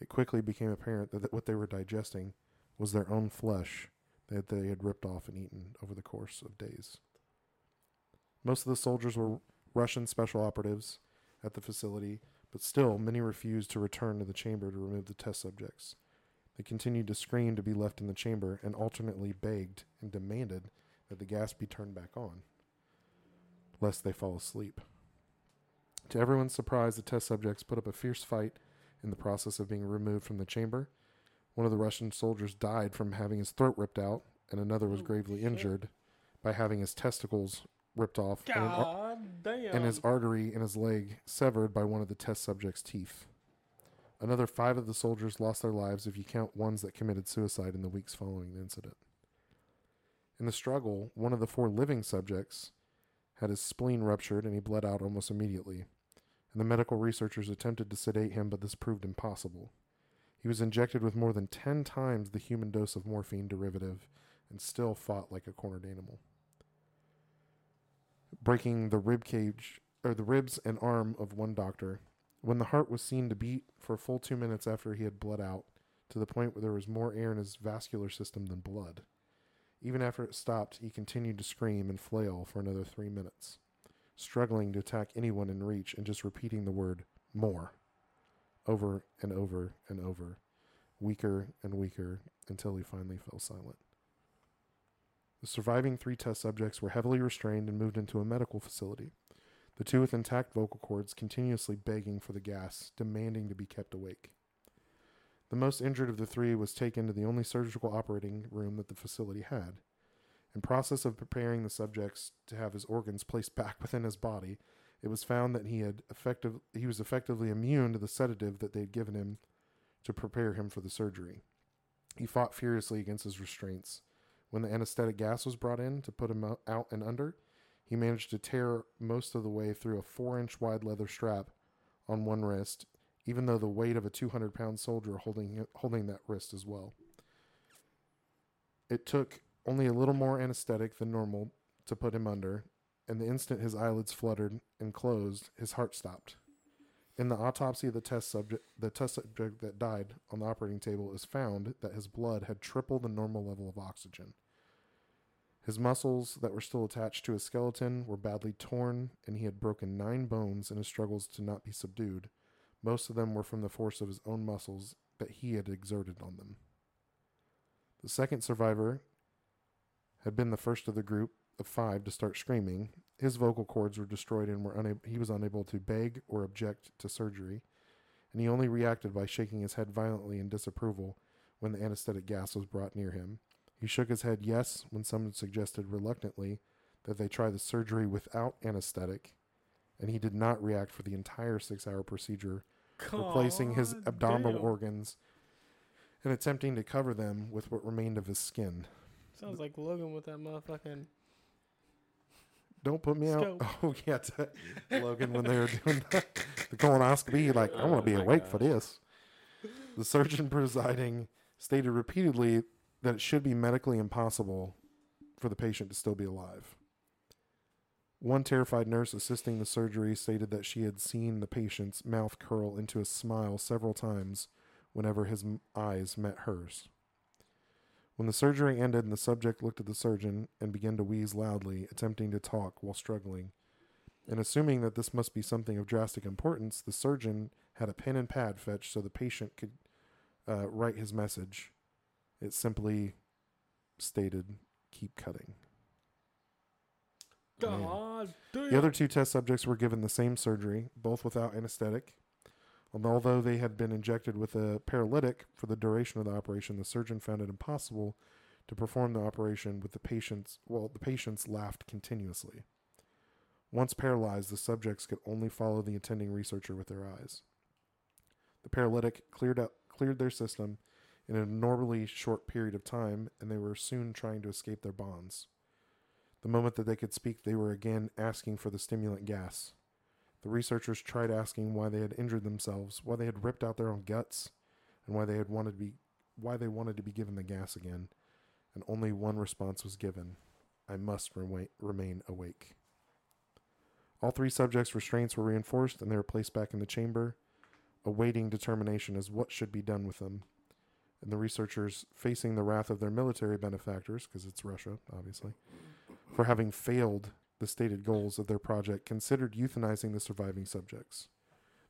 It quickly became apparent that what they were digesting was their own flesh that they had ripped off and eaten over the course of days. Most of the soldiers were Russian special operatives at the facility, but still many refused to return to the chamber to remove the test subjects. They continued to scream to be left in the chamber and alternately begged and demanded that the gas be turned back on, lest they fall asleep. To everyone's surprise, the test subjects put up a fierce fight in the process of being removed from the chamber. One of the Russian soldiers died from having his throat ripped out, and another was
Holy
gravely
shit.
injured by having his testicles ripped off and an ar-
God damn.
and his artery in his leg severed by one of the test subject's teeth. Another five of the soldiers lost their lives if you count ones that committed suicide in the weeks following the incident. In the struggle, one of the four living subjects had his spleen ruptured and he bled out almost immediately. And the medical researchers attempted to sedate him, but this proved impossible. He was injected with more than 10 times the human dose of morphine derivative and still fought like a cornered animal breaking the rib cage or the ribs and arm of one doctor. When the heart was seen to beat for a full two minutes after he had bled out, to the point where there was more air in his vascular system than blood. Even after it stopped, he continued to scream and flail for another three minutes, struggling to attack anyone in reach and just repeating the word more over and over and over, weaker and weaker until he finally fell silent. The surviving three test subjects were heavily restrained and moved into a medical facility. The two with intact vocal cords continuously begging for the gas, demanding to be kept awake. The most injured of the three was taken to the only surgical operating room that the facility had. In process of preparing the subjects to have his organs placed back within his body, It was found that he had effective he was effectively immune to the sedative that they'd given him to prepare him for the surgery. He fought furiously against his restraints. When the anesthetic gas was brought in to put him o- out and under, he managed to tear most of the way through a four inch wide leather strap on one wrist, even though the weight of a 200 pound soldier holding, holding that wrist as well. It took only a little more anesthetic than normal to put him under, and the instant his eyelids fluttered and closed, his heart stopped. In the autopsy of the test subject, the test subject that died on the operating table, it was found that his blood had triple the normal level of oxygen. His muscles that were still attached to his skeleton were badly torn, and he had broken nine bones in his struggles to not be subdued. Most of them were from the force of his own muscles that he had exerted on them. The second survivor had been the first of the group of five to start screaming. His vocal cords were destroyed and were unable, he was unable to beg or object to surgery, and he only reacted by shaking his head violently in disapproval when the anesthetic gas was brought near him. He shook his head yes when someone suggested reluctantly that they try the surgery without anesthetic, and he did not react for the entire six hour procedure replacing his
God
abdominal
damn.
organs and attempting to cover them with what remained of his skin.
Sounds like Logan with that motherfucking.
Don't put me out.
Scope.
Oh yeah, to Logan when they were doing the, the colonoscopy, like I want to be
Oh, my
awake for
gosh.
this. The surgeon presiding stated repeatedly that it should be medically impossible for the patient to still be alive. One terrified nurse assisting the surgery stated that she had seen the patient's mouth curl into a smile several times whenever his m- eyes met hers. When the surgery ended and the subject looked at the surgeon and began to wheeze loudly, attempting to talk while struggling, and assuming that this must be something of drastic importance, the surgeon had a pen and pad fetched so the patient could uh, write his message. It simply stated, keep cutting. Man.
God damn.
The other two test subjects were given the same surgery, both without anesthetic. And although they had been injected with a paralytic for the duration of the operation, the surgeon found it impossible to perform the operation with the patients well, the patients laughed continuously. Once paralyzed, the subjects could only follow the attending researcher with their eyes. The paralytic cleared up cleared their system in an abnormally short period of time, and they were soon trying to escape their bonds. The moment that they could speak, they were again asking for the stimulant gas. The researchers tried asking why they had injured themselves, why they had ripped out their own guts, and why they had wanted to be why they wanted to be given the gas again, and only one response was given. I must remain, remain awake. All three subjects' restraints were reinforced and they were placed back in the chamber, awaiting determination as what should be done with them. And the researchers, facing the wrath of their military benefactors, because it's Russia, obviously, for having failed the stated goals of their project, considered euthanizing the surviving subjects.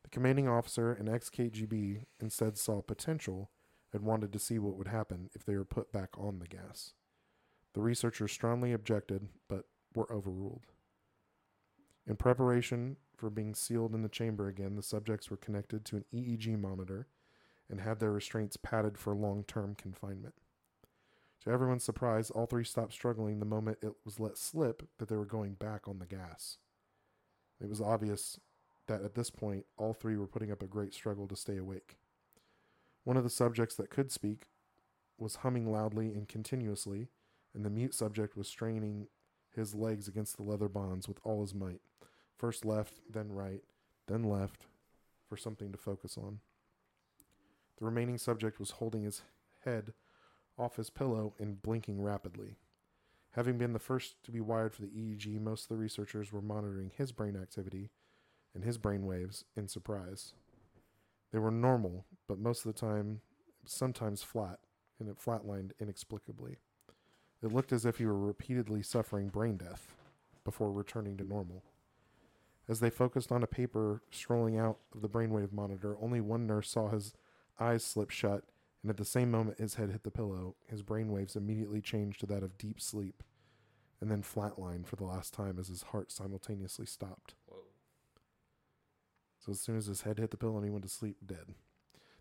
The commanding officer and ex KGB instead saw potential and wanted to see what would happen if they were put back on the gas. The researchers strongly objected, but were overruled. In preparation for being sealed in the chamber again, the subjects were connected to an EEG monitor and had their restraints padded for long term confinement. To everyone's surprise, all three stopped struggling the moment it was let slip that they were going back on the gas. It was obvious that at this point, all three were putting up a great struggle to stay awake. One of the subjects that could speak was humming loudly and continuously, and the mute subject was straining his legs against the leather bonds with all his might. First left, then right, then left, for something to focus on. The remaining subject was holding his head off his pillow and blinking rapidly. Having been the first to be wired for the EEG, most of the researchers were monitoring his brain activity and his brain waves in surprise. They were normal, but most of the time, sometimes flat, and it flatlined inexplicably. It looked as if he were repeatedly suffering brain death before returning to normal. As they focused on a paper scrolling out of the brainwave monitor, only one nurse saw his eyes slip shut and at the same moment his head hit the pillow, his brainwaves immediately changed to that of deep sleep, and then flatlined for the last time as his heart simultaneously stopped. So as soon as his head hit the pillow and he went to sleep, dead.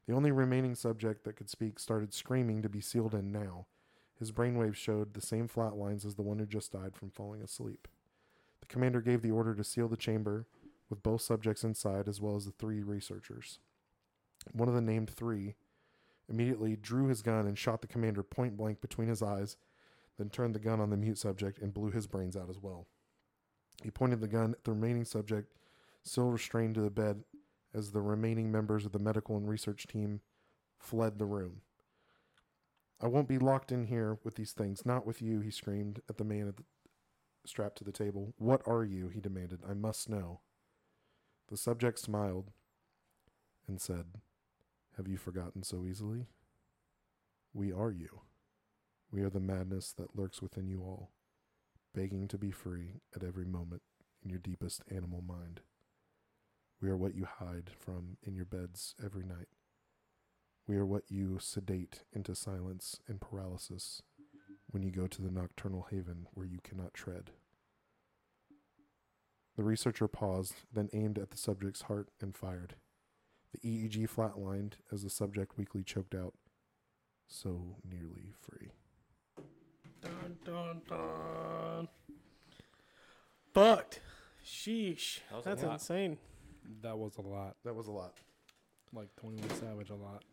The only remaining subject that could speak started screaming to be sealed in now. His brainwaves showed the same flat lines as the one who just died from falling asleep. The commander gave the order to seal the chamber with both subjects inside as well as the three researchers. One of the named three immediately drew his gun and shot the commander point blank between his eyes, then turned the gun on the mute subject and blew his brains out as well. He pointed the gun at the remaining subject, still restrained to the bed, as the remaining members of the medical and research team fled the room. I won't be locked in here with these things, not with you, he screamed at the man at the, strapped to the table. What are you? he demanded. I must know. The subject smiled and said, Have you forgotten so easily? We are you. We are the madness that lurks within you all, begging to be free at every moment in your deepest animal mind. We are what you hide from in your beds every night. We are what you sedate into silence and paralysis when you go to the nocturnal haven where you cannot tread. The researcher paused, then aimed at the subject's heart and fired. The EEG flatlined as the subject weakly choked out, so nearly free.
Dun, dun, dun. Fucked. Sheesh.
That was a
That's
lot.
insane.
That was a lot.
That was a lot.
Like 21 Savage, a lot.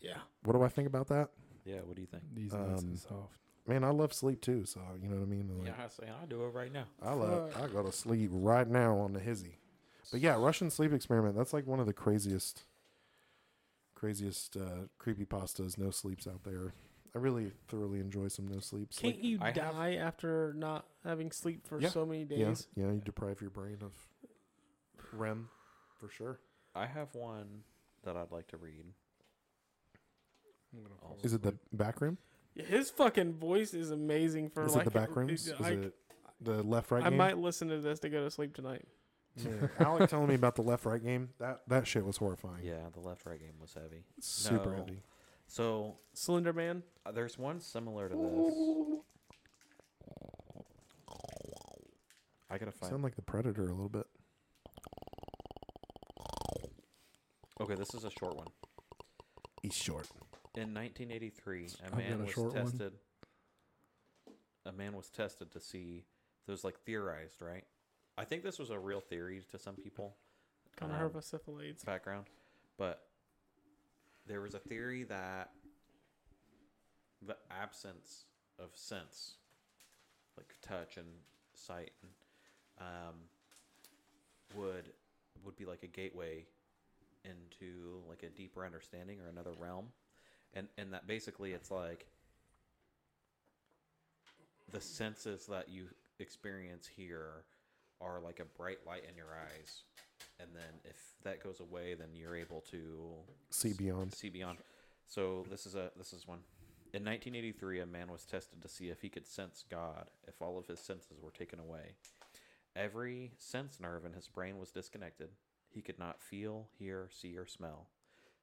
Yeah.
What do I think about that?
Yeah, what do you think?
These nuts
Um,
is soft.
Man, I love sleep too, so you know what I mean? Like,
Yeah, I say I do it right now.
I love.
Fuck.
I go to sleep right now on the hizzy. But yeah, Russian sleep experiment. That's like one of the craziest, craziest uh, creepy pastas. No sleeps out there. I really thoroughly enjoy some no sleeps.
Can't you
I have-
die after not having sleep for
Yeah.
so many
Like, yeah,
days?
yeah. You deprive your brain of REM for sure.
I have one that I'd like to read.
I'm gonna fall
Is it the
asleep.
back room?
His fucking voice is amazing for
Is
like
it the back rooms?
I,
Is it the left right?
I
game?
might listen to this to go to sleep tonight.
Yeah. Alec telling me about the left right game. That that shit was horrifying.
Yeah, the left right game was heavy.
Super
No.
heavy.
So
Slender Man.
uh, there's one similar to this. I gotta find.
Sound like the Predator a little bit.
Okay, this is a short one.
He's short.
In 1983, a
I've got a
man was
short one.
tested. A man was tested to see. There's like theorized, right? I think this was a real theory to some people.
Kind
Um,
of herbicyphalates.
background, but there was a theory that the absence of sense, like touch and sight, and, um, would would be like a gateway into like a deeper understanding or another realm, and and that basically it's like the senses that you experience here are like a bright light in your eyes and then if that goes away then you're able to
See beyond.
see beyond so this is a this is one in 1983 a man was tested to see if he could sense god if all of his senses were taken away every sense nerve in his brain was disconnected he could not feel hear see or smell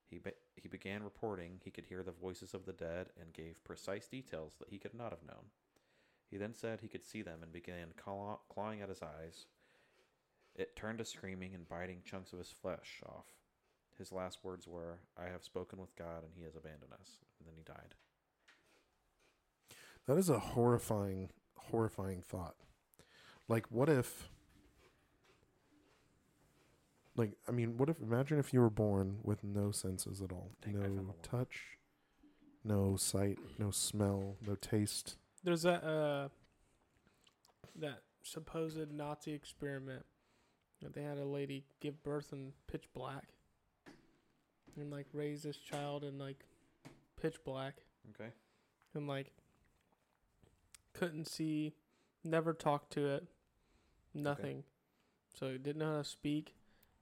he, be- he began reporting he could hear the voices of the dead and gave precise details that he could not have known he then said he could see them and began claw- clawing at his eyes it turned to screaming and biting chunks of his flesh off. His last words were, I have spoken with God and he has abandoned us. And then he died.
That is a horrifying, horrifying thought. Like, what if? Like, I mean, what if? Imagine if you were born with no senses at all,
Dang, I found the
no
one.
touch, no sight, no smell, no taste.
There's that uh, that supposed Nazi experiment that they had a lady give birth in pitch black and like raise this child in like pitch black.
Okay.
and like couldn't see, never talked to it, nothing. So it didn't know how to speak,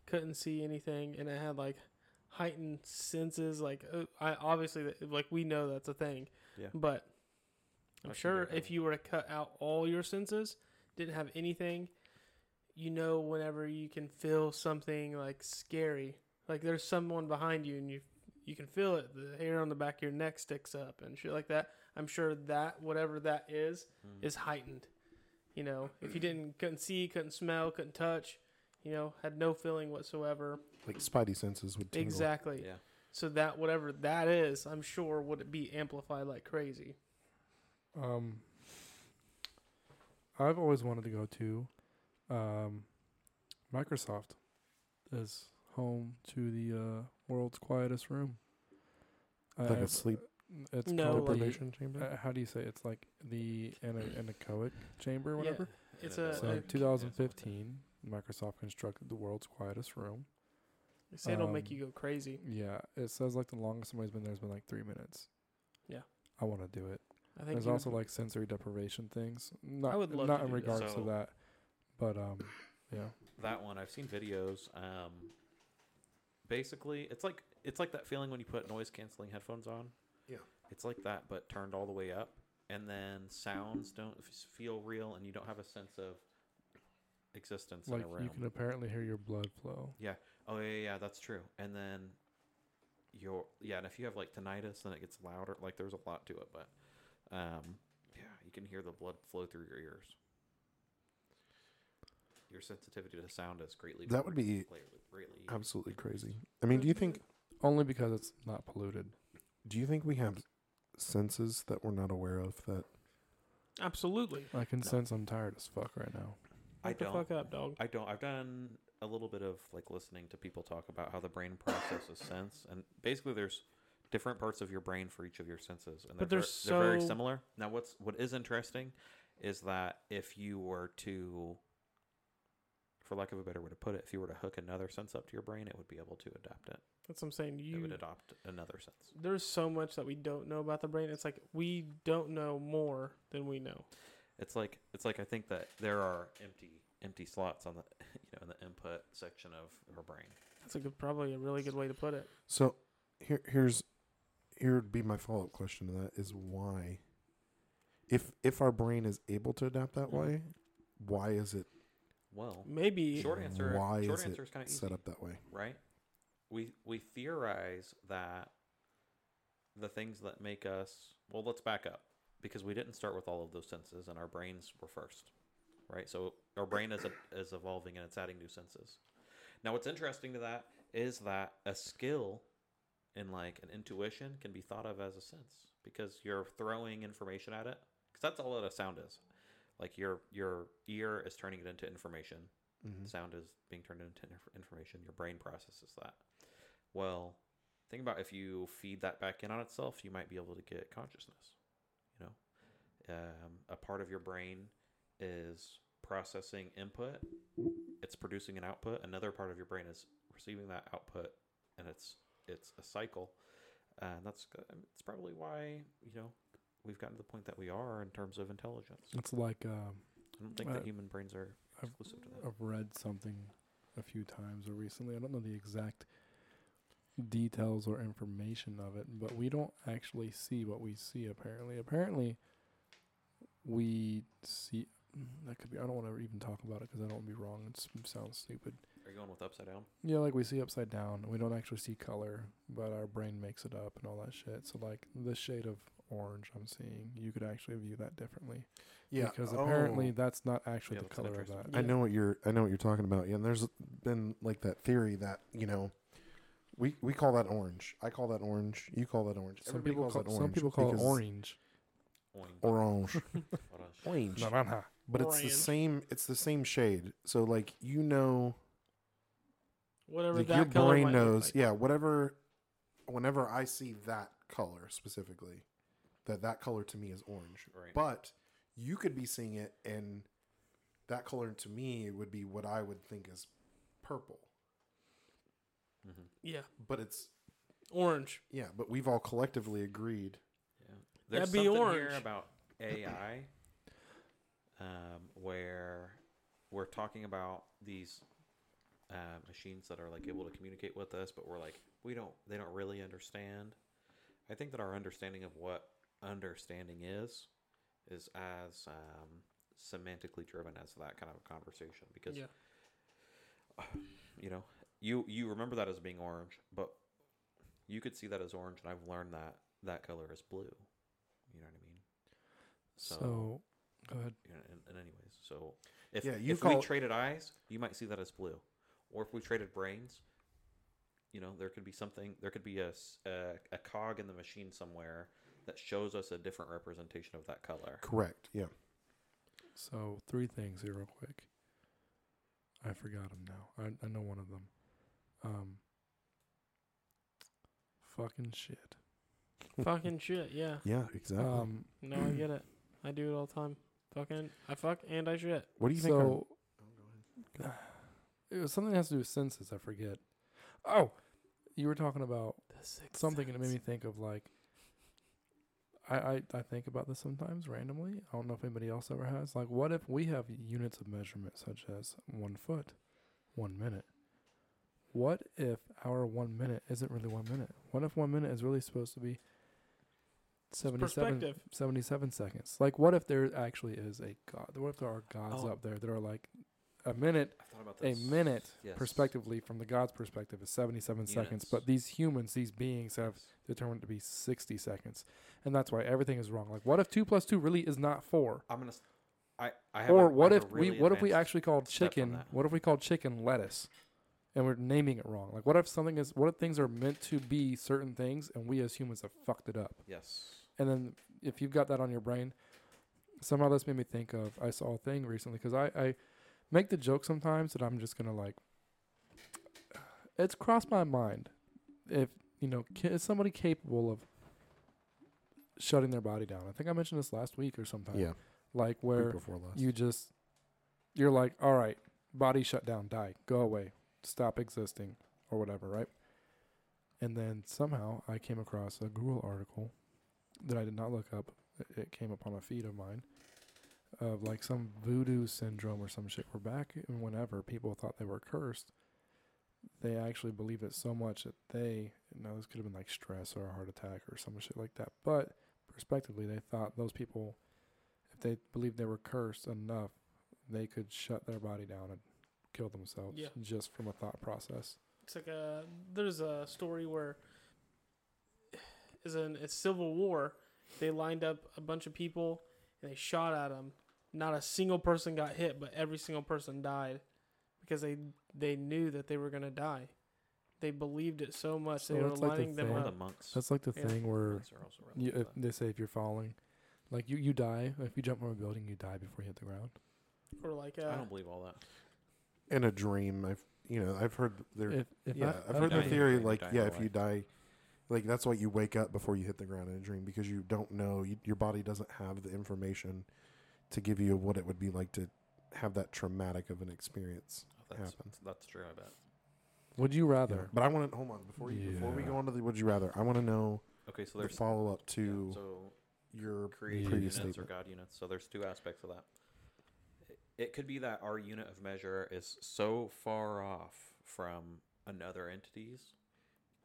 couldn't see anything, and it had like heightened senses. Like uh, I obviously th- like we know that's a thing,
Yeah.
but
That
I'm
can
sure
be a
if
thing.
you were to cut out all your senses, didn't have anything, you know, whenever you can feel something like scary, like there's someone behind you and you you can feel it, the hair on the back of your neck sticks up and shit like that. I'm sure that whatever that is
Hmm. Mm.
is heightened. You know, if you didn't couldn't see, couldn't smell, couldn't touch, you know, had no feeling whatsoever.
Like spidey senses would tingle.
Exactly.
Yeah.
So that whatever that is, I'm sure would be amplified like crazy.
Um, I've always wanted to go to um, Microsoft is home to the uh, world's quietest room. I-
like
I-
a sleep
It's
No,
called the,
deprivation chamber.
uh, how do you say it? it's like the ana- anechoic chamber or
Yeah. uh,
whatever?
It's
And it
a-
does
So
look-
in
yeah,
2015, Microsoft constructed the world's quietest room.
They say it'll make
Um,
you go crazy.
Yeah, it says like the longest somebody's been there has been like three minutes.
Yeah.
I want to do it.
I think
There's
you would-
also like sensory deprivation things. Not,
would love
not
to
in
do that.
regards
So-
to that, but um, yeah.
that one i've seen videos um basically it's like it's like that feeling when you put noise canceling headphones on
Yeah.
it's like that but turned all the way up and then sounds don't f- feel real and you don't have a sense of existence
Like
in a room
you can apparently hear your blood
oh
flow.
yeah, yeah yeah that's true and then your yeah and if you have like tinnitus then it gets louder like there's a lot to it but um yeah you can hear the blood flow through your ears your sensitivity to sound is greatly
That would be
greatly- greatly
Absolutely crazy. I mean, do you think
Only because it's not polluted.
do you think we have senses that we're not aware of that
absolutely.
I can sense I'm tired as fuck right now.
I
Wake the
don't.
fuck up, dog.
I don't. I've done a little bit of like listening to people talk about how the brain processes sense, and basically there's different parts of your brain for each of your senses, and they're,
But they're
ver- they're very
so-
similar. Now, what's what is interesting is that if you were to, for lack of a better way to put it, if you were to hook another sense up to your brain, it would be able to adapt it.
That's what I'm saying.
It
You
would adopt another sense.
there's so much that we don't know about the brain. It's like we don't know more than we know.
It's like it's like I think that there are empty empty slots on the you know in the input section of her brain.
That's a good, probably a really good way to put it.
So here here's here would be my follow up question to that is why if if our brain is able to adapt that way, why is it
Well,
Maybe
short answer.
Why
short
is
answer
it
is kind of easy.
set up that way?
right? We we theorize that the things that make us well, let's back up because we didn't start with all of those senses, and our brains were first, right? So our brain is is evolving and it's adding new senses. Now, what's interesting to that is that a skill and like an intuition can be thought of as a sense because you're throwing information at it because that's all that a sound is. Like your your ear is turning it into information,
Mm-hmm.
sound is being turned into inf- information your brain processes that well think about if you feed that back in on itself you might be able to get consciousness you know um, a part of your brain is processing input it's producing an output another part of your brain is receiving that output and it's it's a cycle and that's g- it's probably why you know we've gotten to the point that we are in terms of intelligence
It's like um,
i don't think
Uh,
that human brains are
I've-
exclusive to that
I've read something a few times or recently. I don't know the exact details or information of it, but we don't actually see what we see apparently. Apparently, we see. Mm, That could be. I don't want to even talk about it because I don't want to be wrong. It's, it sounds stupid.
are you going with upside down
Yeah, like we see upside down. We don't actually see color, but our brain makes it up and all that shit. So, like the shade of orange I'm seeing, you could actually view that differently. Because
Oh.
apparently that's not actually
Yeah,
the
that's
color of
interesting.
that.
I know what you're I know what you're talking about. Yeah, and there's been like that theory that, you know, we we call that orange. I call that orange. You call that orange.
Some
Everybody
people
calls
call,
that
some people call it
because
orange.
Oink.
Orange.
Orange.
orange.
Naranja.
But it's the
Orange.
same it's the same shade. So like you know
whatever
like
that
your
color
brain
might look
knows
like.
yeah whatever whenever i see that color specifically that that color to me is orange
Right.
but you could be seeing it and that color to me would be what i would think is purple
Mm-hmm.
Yeah,
but it's
orange.
yeah but we've all collectively agreed
Yeah. There's
That'd be
something
orange.
here about AI um, where we're talking about these uh, machines that are like able to communicate with us, but we're like, we don't, they don't really understand. I think that our understanding of what understanding is is as um, semantically driven as that kind of conversation because
Yeah,
you know you you remember that as being orange but you could see that as orange and i've learned that that color is blue you know what i mean
So,
So-
go ahead.
you know, and, and anyways so if,
Yeah, you
if
call-
we traded eyes you might see that as blue or if we traded brains you know there could be something there could be a, s- a, a cog in the machine somewhere that shows us a different representation of that color
correct yeah
So three things here real quick. I forgot them now. I, I know one of them. Um, fucking shit.
fucking shit. Yeah.
Yeah, exactly.
Um,
No, I get it. I do it all the time. Fucking, I fuck and I shit.
what do you think? our-
so it was something that has to do with senses. I forget. Oh, you were talking about
The sixth
something that made me
sense.
think of like I, I I think about this sometimes randomly. I don't know if anybody else ever has. Like what if we have units of measurement such as one foot, one minute? What if our one minute isn't really one minute? What if one minute is really supposed to be 77,
perspective.
77 seconds? Like what if there actually is a god? What if there are gods
Oh.
up there that are like a minute
I thought about
a
this.
minute
Yes.
perspectively from the god's perspective is 77 seconds
Units.
but these humans these beings have determined to be 60 seconds and that's why everything is wrong like what if 2 plus 2 really is not 4
I'm gonna. s- I. I have
or
a- I
what
have
if
a really
we what if we
advanced-
actually called
step on
chicken
that.
what if we called chicken lettuce and we're naming it wrong like what if something is what if things are meant to be certain things and we as humans have fucked it up
Yes.
and then if you've got that on your brain, somehow this made me think of I saw a thing recently because I, I make the joke sometimes that I'm just gonna like. It's crossed my mind, if you know, ca- is somebody capable of shutting their body down? I think I mentioned this last week or sometime.
yeah,
like
week
where
before last.
you just you're like, all right, body shut down, die, go away, stop existing, or whatever, right? And then somehow I came across a Google article that I did not look up. It- It came upon a feed of mine of like some voodoo syndrome or some shit. Where back in whenever people thought they were cursed, they actually believed it so much that they now this could have been like stress or a heart attack or some shit like that. But prospectively, they thought those people, if they believed they were cursed enough, they could shut their body down and kill themselves
Yeah.
just from a thought process.
It's like a there's a story where is an a civil war. They lined up a bunch of people and they shot at them. Not a single person got hit, but every single person died because they they knew that they were gonna die. They believed it so much
So
they were
it's like the
lining them
One
thing-
of
up.
the monks.
That's like the
Yeah.
thing where
monks are also
you,
related
if
to that.
they say if you're falling, like you, you die. If you jump from a building, you die before you hit the ground.
Or like
I
uh,
don't believe all that.
in a dream, I've you know I've heard there.
If, if
yeah,
I,
I've heard the
Dying in a
theory
dream,
like
dying
yeah,
in a
if you
life.
die, like that's why you wake up before you hit the ground in a dream because you don't know you, your body doesn't have the information to give you what it would be like to have that traumatic of an experience.
Oh, that's,
happens.
that's true. I bet.
Would you
you know.
rather?
But I want to hold on before you before we
Yeah.
go on to the would you rather. I want to know
Okay, so
the
there's
follow up
yeah,
to
so
your
created
previous
units or
statement.
God units. So there's two aspects of that. It- It could be that our unit of measure is so far off from another entity's,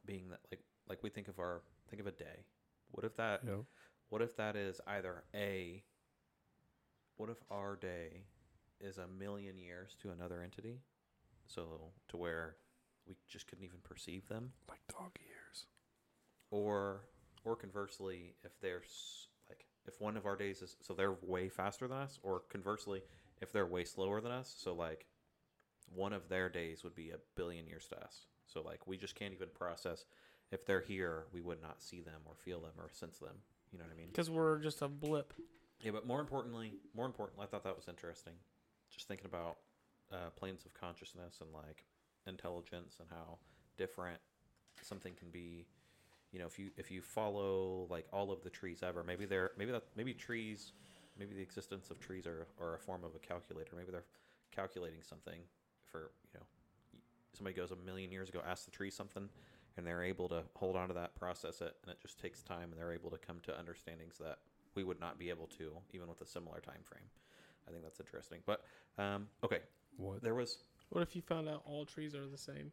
being that like like we think of our think of a day. What if that
You know,
what if that is either a what if our day is a million years to another entity? So to where we just couldn't even perceive them
like dog years.
or or conversely if there's like if one of our days is so they're way faster than us or conversely if they're way slower than us so like one of their days would be a billion years to us so like we just can't even process if they're here we would not see them or feel them or sense them you know what i mean
because we're just a blip.
yeah but more importantly more important i thought that was interesting just thinking about uh, planes of consciousness and like intelligence and how different something can be you know if you if you follow like all of the trees ever maybe they're maybe that maybe trees maybe the existence of trees are, are a form of a calculator maybe they're calculating something for you know somebody goes a million years ago asks the tree something and they're able to hold on to that process it and it just takes time and they're able to come to understandings that we would not be able to even with a similar time frame i think that's interesting but um, okay
What?
there was
What if you found out all trees are the same?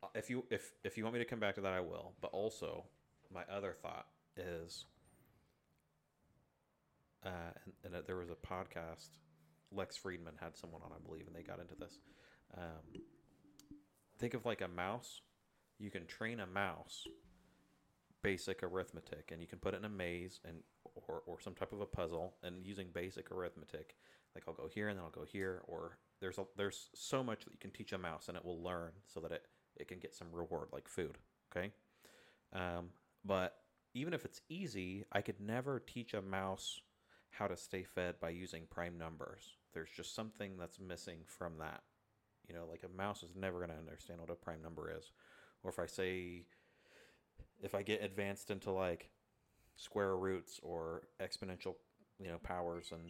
Uh, if you if if you want me to come back to that, I will. But also, my other thought is, uh, and, and uh, there was a podcast. Lex Friedman had someone on, I believe, and they got into this. Um, think of like a mouse. You can train a mouse basic arithmetic, and you can put it in a maze and or or some type of a puzzle, and using basic arithmetic, like I'll go here and then I'll go here, or there's a, there's so much that you can teach a mouse, and it will learn so that it it can get some reward like food. Okay. Um, but even if it's easy, I could never teach a mouse how to stay fed by using prime numbers. There's just something that's missing from that You know, like a mouse is never going to understand what a prime number is. Or if I say, if I get advanced into like square roots or exponential, you know, powers and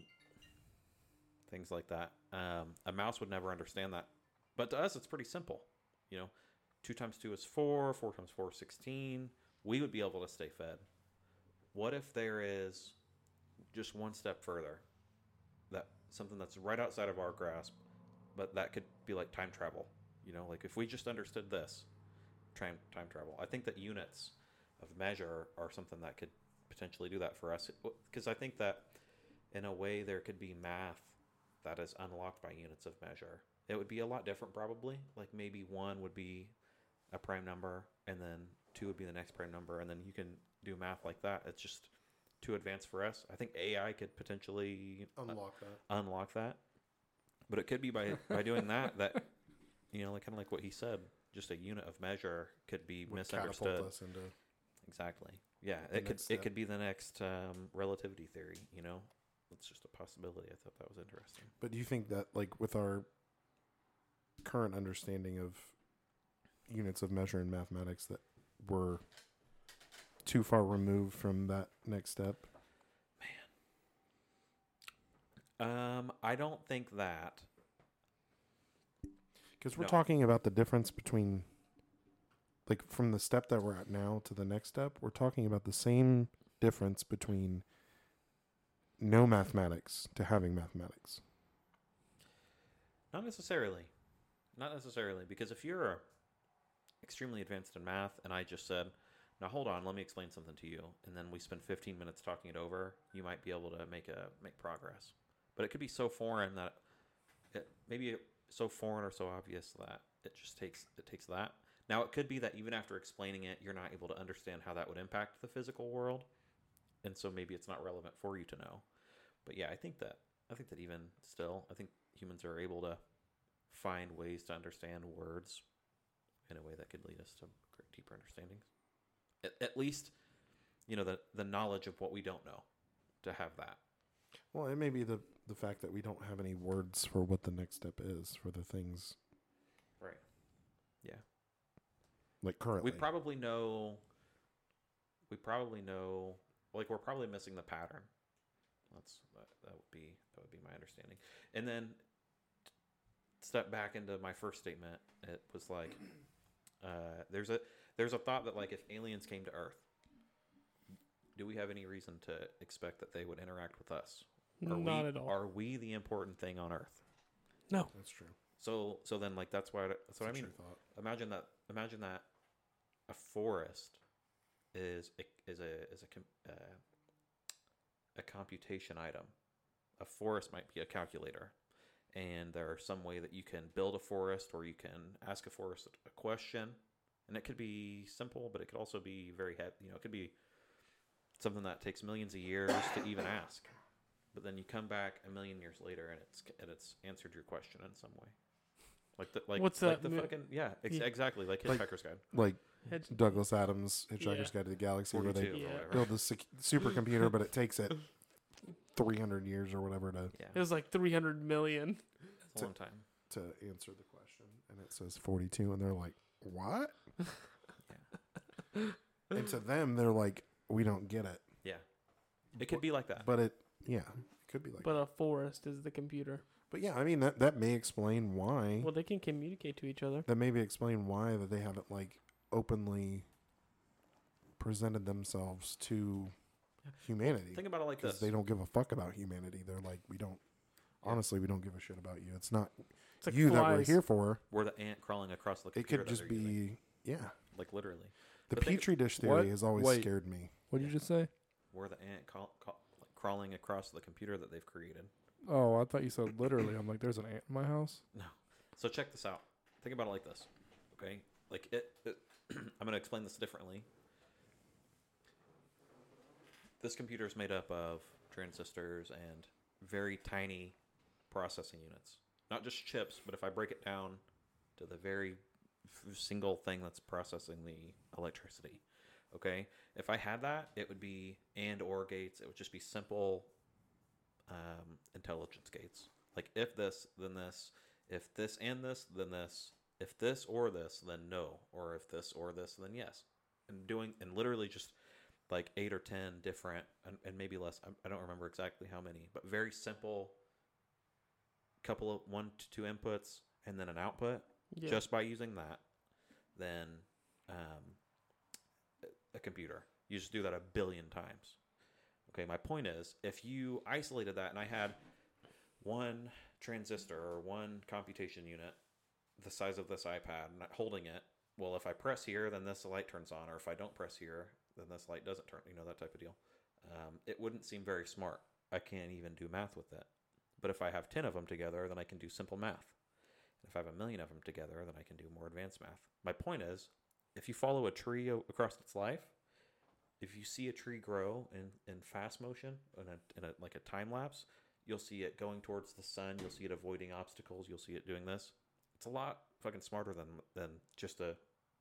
things like that, um, a mouse would never understand that. But to us, it's pretty simple. You know, two times two is four, four times four is 16. We would be able to stay fed. What if there is just one step further? That something that's right outside of our grasp, but that could be like time travel. You know, like if we just understood this, time time travel. I think that units of measure are something that could potentially do that for us because I think that in a way there could be math that is unlocked by units of measure. It would be a lot different probably. Like maybe 1 would be a prime number and then 2 would be the next prime number and then you can do math like that. It's just too advanced for us. I think AI could potentially
Unlock that.
unlock that. But it could be by by doing that that you know, like kind of like what he said, just a unit of measure could be
Would catapult
misunderstood.
us into.
Exactly. Yeah,
The
it could
next
it
step.
could be the next um, relativity theory. You know, it's just a possibility. I thought that was interesting.
But do you think that, like, with our current understanding of units of measure in mathematics, that we're too far removed from that next step?
Um, I don't think that.
Because we're
No.
talking about the difference between, like, from the step that we're at now to the next step, we're talking about the same difference between no mathematics to having mathematics.
Not necessarily. Not necessarily, because if you're extremely advanced in math, and I just said, "Now hold on, let me explain something to you," and then we spend 15 minutes talking it over, you might be able to make a make progress. But it could be so foreign that it maybe it, so foreign or so obvious that it just takes it takes that. Now it could be that even after explaining it, you're not able to understand how that would impact the physical world, and so maybe it's not relevant for you to know. But yeah, I think that I think that even still, I think humans are able to find ways to understand words in a way that could lead us to great deeper understandings. At, at least, you know, the, the knowledge of what we don't know to have that.
Well, it may be the the fact that we don't have any words for what the next step is for the things
Right. Yeah.
like currently.
We probably know, we probably know, like we're probably missing the pattern. That's, that, that would be, that would be my understanding. And then step back into my first statement. It was like, uh, there's a, there's a thought that like if aliens came to earth, do we have any reason to expect that they would interact with us? Are
Not
we,
at all.
Are we the important thing on Earth?
no.
that's true.
So so then like that's why that's what I mean.
thought.
Imagine that. Imagine that a forest is a, is a is a com- uh, a computation item. A forest might be a calculator, and there are some way that you can build a forest or you can ask a forest a question, and it could be simple, but it could also be very heavy. You know, it could be something that takes millions of years to even ask. But then you come back a million years later, and it's and it's answered your question in some way, like the like
What's
like
that
the
mo-
fucking yeah, ex-
Yeah.
exactly like
Like-
Hitchhiker's Guide
Like
Hedge-
Douglas Adams Hitchhiker's
Yeah.
Guide to the Galaxy
forty
where
two
they
Yeah.
or whatever.
build this sec- supercomputer but it takes it 300 years or whatever to
Yeah,
It was like 300 million.
it's a long time.
to answer the question and it says 42 and they're like, "What?" and to them they're like, "We don't get it."
Yeah, it could be like that.
But it yeah, it could be like
But a forest is the computer.
But yeah, I mean that that may explain why
Well, they can communicate to each other.
that maybe explain why that they haven't like openly presented themselves to humanity
Think about it like
because
this.
they don't give a fuck about humanity. They're like, we don't. Honestly, we don't give a shit about you. It's not
It's like
you that we're
flies.
here for.
We're the ant crawling across the
It
computer.
could
that
just
they're
be
using.
yeah.
like literally,
The
But think-
petri dish theory
What?
has always
Wait.
scared me.
What did you just say?
we're the ant ca- ca- like crawling across the computer that they've created.
Oh, I thought you said literally. I'm like, there's an ant in my house.
So check this out. Think about it like this. Okay? Like it, it I'm going to explain this differently. This computer is made up of transistors and very tiny processing units. Not just chips, but if I break it down to the very f- single thing that's processing the electricity. Okay? If I had that, it would be and or gates. It would just be simple um, intelligence gates. Like if this, then this. If this and this, then this. If this or this, then no. Or if this or this, then yes. And doing and literally just like eight or ten different and, and maybe less. I, I don't remember exactly how many, but very simple. Couple of one to two inputs and then an output
Yeah.
just by using that than um, a computer. You just do that a billion times. Okay, my point is if you isolated that and I had one transistor or one computation unit the size of this iPad and holding it, well, if I press here, then this light turns on, or if I don't press here, then this light doesn't turn, you know, that type of deal. Um, it wouldn't seem very smart. I can't even do math with it. But if I have 10 of them together, then I can do simple math. And if I have a million of them together, then I can do more advanced math. My point is, if you follow a tree o- across its life, if you see a tree grow in, in fast motion, in a, in a, like a time lapse, you'll see it going towards the sun. You'll see it avoiding obstacles. You'll see it doing this. It's a lot fucking smarter than than just a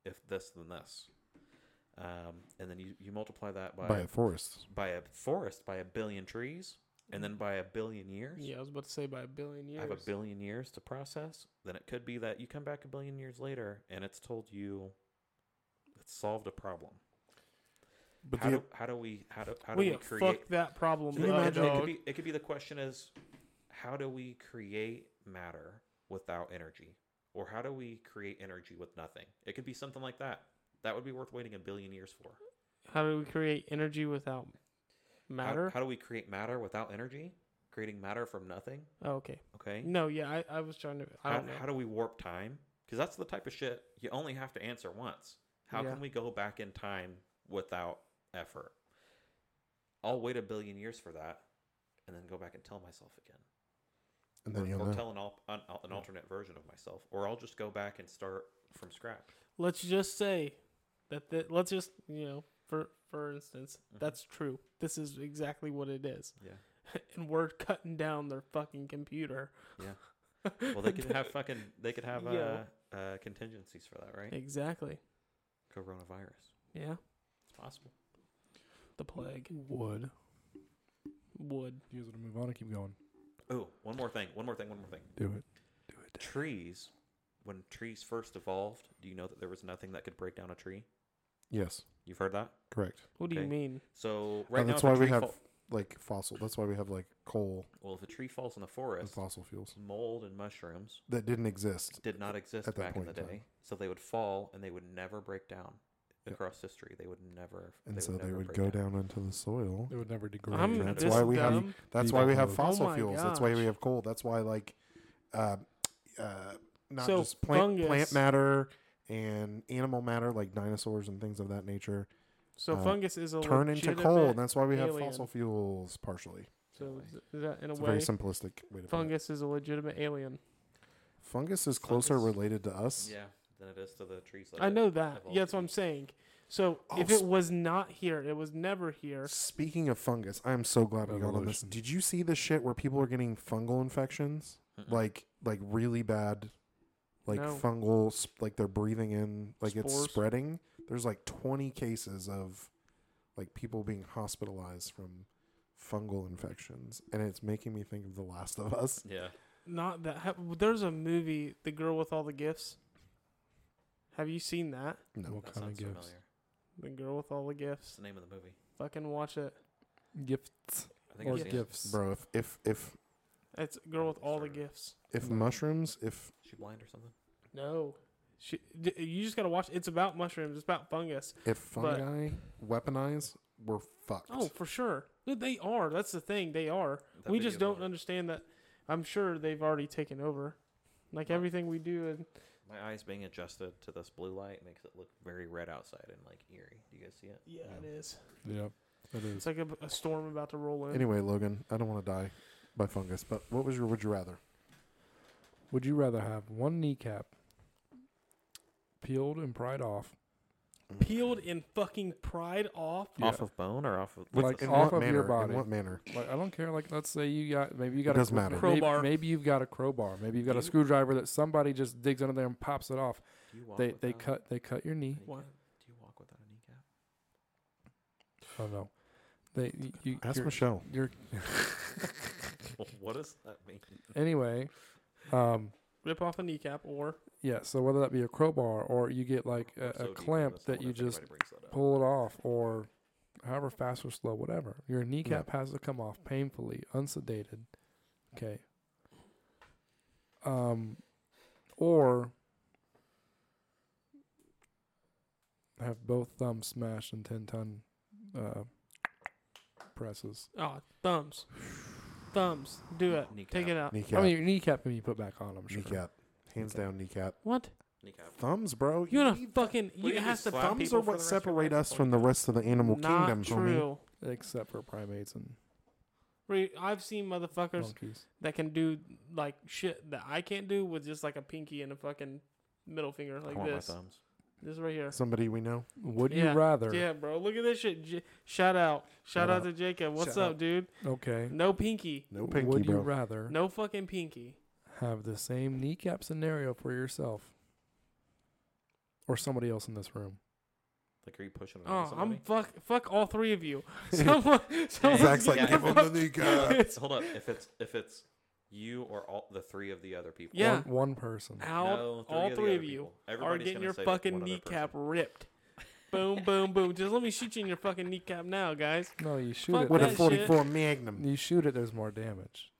if this then this. Um, and then you, you multiply that by
by a forest.
by a forest by a billion trees, and then by a billion years.
Yeah, I was about to say by a billion years.
I have a billion years to process, then it could be that you come back a billion years later and it's told you it solved a problem.
But
how,
the,
do, how do we how do how do
we
we,
have
create?
fucked that problem.
Can you
up,
it,
imagine-
could
dog.
be, it could be the question is how do we create matter without energy, or how do we create energy with nothing? It could be something like that. That would be worth waiting a billion years for.
How do we create energy without
How-
matter?
how do we create matter without energy? Creating matter from nothing.
oh, okay.
Okay.
No, yeah, I, I was trying to. I
how,
don't know.
how do we warp time? Because that's the type of shit you only have to answer once. How
Yeah.
can we go back in time without effort? I'll wait a billion years for that, and then go back and tell myself again,
and then
or,
you'll
or
know.
tell an, al- an, al- an alternate version of myself, or I'll just go back and start from scratch.
let's just say that the, let's just you know for for instance that's true this is exactly what it is
Yeah,
and we're cutting down their fucking computer
yeah. Well, they could have fucking they could have uh,
Yo.
uh, contingencies for that, right?
exactly
Coronavirus.
yeah
It's possible.
the plague
Would.
would
You guys want to move on and keep going?
Oh, one more thing. One more thing. One more thing.
Do it.
Trees. When trees first evolved, do you know that there was nothing that could break down a tree?
yes,
You've heard that?
correct.
what do
Okay.
you mean
So right
and
now,
Oh, that's
if a
why we
tree
have
fall-
like fossil. That's why we have like coal
well, if a tree falls in the
and
forest,
fossil fuels
mold and mushrooms
that didn't exist.
did not exist
At that
back in
point
the
in
day,
time.
so they would fall and they would never break down
Yeah.
across history. They would never,
And
they
so they
never
would
break
go down into the soil.
It would never degrade.
i'm
That's
this
why
we have-
dumb?
That's why we have
Decompose.
fossil
Oh my
fuels. That's why we
gosh.
have coal. That's why like, uh, uh, not
So,
just plant
fungus-
plant matter and animal matter like dinosaurs and things of that nature
so
uh,
fungus is a
turn into coal. And
legitimate-
that's why we have
alien.
fossil fuels partially.
so is that in a
It's a
way
very simplistic way to put it.
fungus is a legitimate alien
Fungus is closer
Fungus.
related to us.
Yeah, than it is to the trees. that
i
it
know that
evolved
yeah that's
to
what i'm
be.
saying so
Oh,
if it
sp-
was not here it was never here
Speaking of fungus, I'm so glad we got on this.
Evolution.
Did you see the shit where people are getting fungal infections?
Mm-mm.
Like like really bad like
No.
fungal sp- like they're breathing in like it's
Spores.
spreading. There's like 20 cases of like people being hospitalized from fungal infections and it's making me think of The Last of Us.
Yeah,
Not that. ha- There's a movie, The Girl with All the Gifts. Have you seen that?
No.
What
that
kind of
sounds
gifts?
familiar.
The Girl with All the
It's
Gifts.
the name of the movie.
Fucking watch it.
Gifts
I think
or
I've seen it.
gifts.
Bro, if if if,
It's Girl with All the
Sure.
Gifts.
if mushrooms if
Is She blind or something?
No. She, d- you just gotta watch. It's about mushrooms. It's about fungus.
if
But-
fungi weaponize, we're fucked.
Oh, for sure. Dude, They are. That's the thing. They are.
That
we just
video
don't
about-
understand that. I'm sure they've already taken over. Like
Well-
everything we do, and
My eyes being adjusted to this blue light makes it look very red outside and like eerie. Do you guys see it?
yeah,
Yeah.
it is.
Yep. It
It's
is.
like a, a storm about to roll in.
Anyway, Logan, I don't want to die by fungus, but what was your would you rather?
Would you rather have one kneecap peeled and pried off,
Peeled and fucking pried off.
Yeah.
Off of bone or off of
Like,
what's the-
in off of your
manner?
body.
In what manner?
Like I don't care. Like let's say you got maybe you got
Doesn't
a
matter.
maybe-
Crowbar.
Maybe, you've got a crowbar. Maybe you've got
Do
a
you-
screwdriver that somebody just digs under there and pops it off.
Do you walk
They they
without
cut they cut your
a
knee.
kneecap?
What?
Do you walk without a kneecap?
Oh no. They you, you
Ask
you're-
Michelle.
you're
what does that mean?
anyway. Um,
rip off a kneecap or
Yeah, so whether that be a crowbar or you get like a, a
So deep,
clamp
that's the
that
one
you just
everybody brings that up.
pull it off or however fast or slow, whatever. Your kneecap has to come off painfully, unsedated. Okay. Um or have both thumbs smashed in ten ton uh presses.
oh thumbs, thumbs. Do it. Take
Kneecap.
it out.
Kneecap.
I mean your kneecap can be put back on, I'm sure.
kneecap. Hands down, kneecap.
What?
Kneecap.
Thumbs, bro.
You wanna
need-
fucking?
What,
You
you
have
just
to
slap
thumb.
people
thumbs are
for the
what
rest of your
separate
life?
us from the rest of the animal
Not
kingdoms, homie.
true.
Except for primates and
Re- I've seen motherfuckers
monkeys.
that can do like shit that I can't do with just like a pinky and a fucking middle finger
I
like
want my
this.
thumbs.
This right here.
Somebody we know.
Would
Yeah,
you rather
Yeah, bro. Look at this shit. J- shout out. Shout
Shout
out
out.
to Jacob. What's
Shout
up,
out.
dude?
Okay.
No pinky.
No pinky,
Would you
bro.
rather
No fucking pinky.
have the same kneecap scenario for yourself or somebody else in this room.
Like, are you pushing it on
Oh, I'm
somebody?
fuck fuck all three of you. Someone, someone
Zach's like,
Yeah,
give him the kneecap.
Uh, hold up. If it's if it's you or all the three of the other people.
Yeah.
One, one person.
out.
No, three
all
of the
three
other
of you
people. Everybody's
are getting
gonna
your
say that
fucking
one other
kneecap
person.
ripped. boom, boom, boom. Just let me shoot you in your fucking kneecap now, guys.
No, you shoot
Fuck
it.
With a
that shit.
44 Magnum.
You shoot it, there's more damage.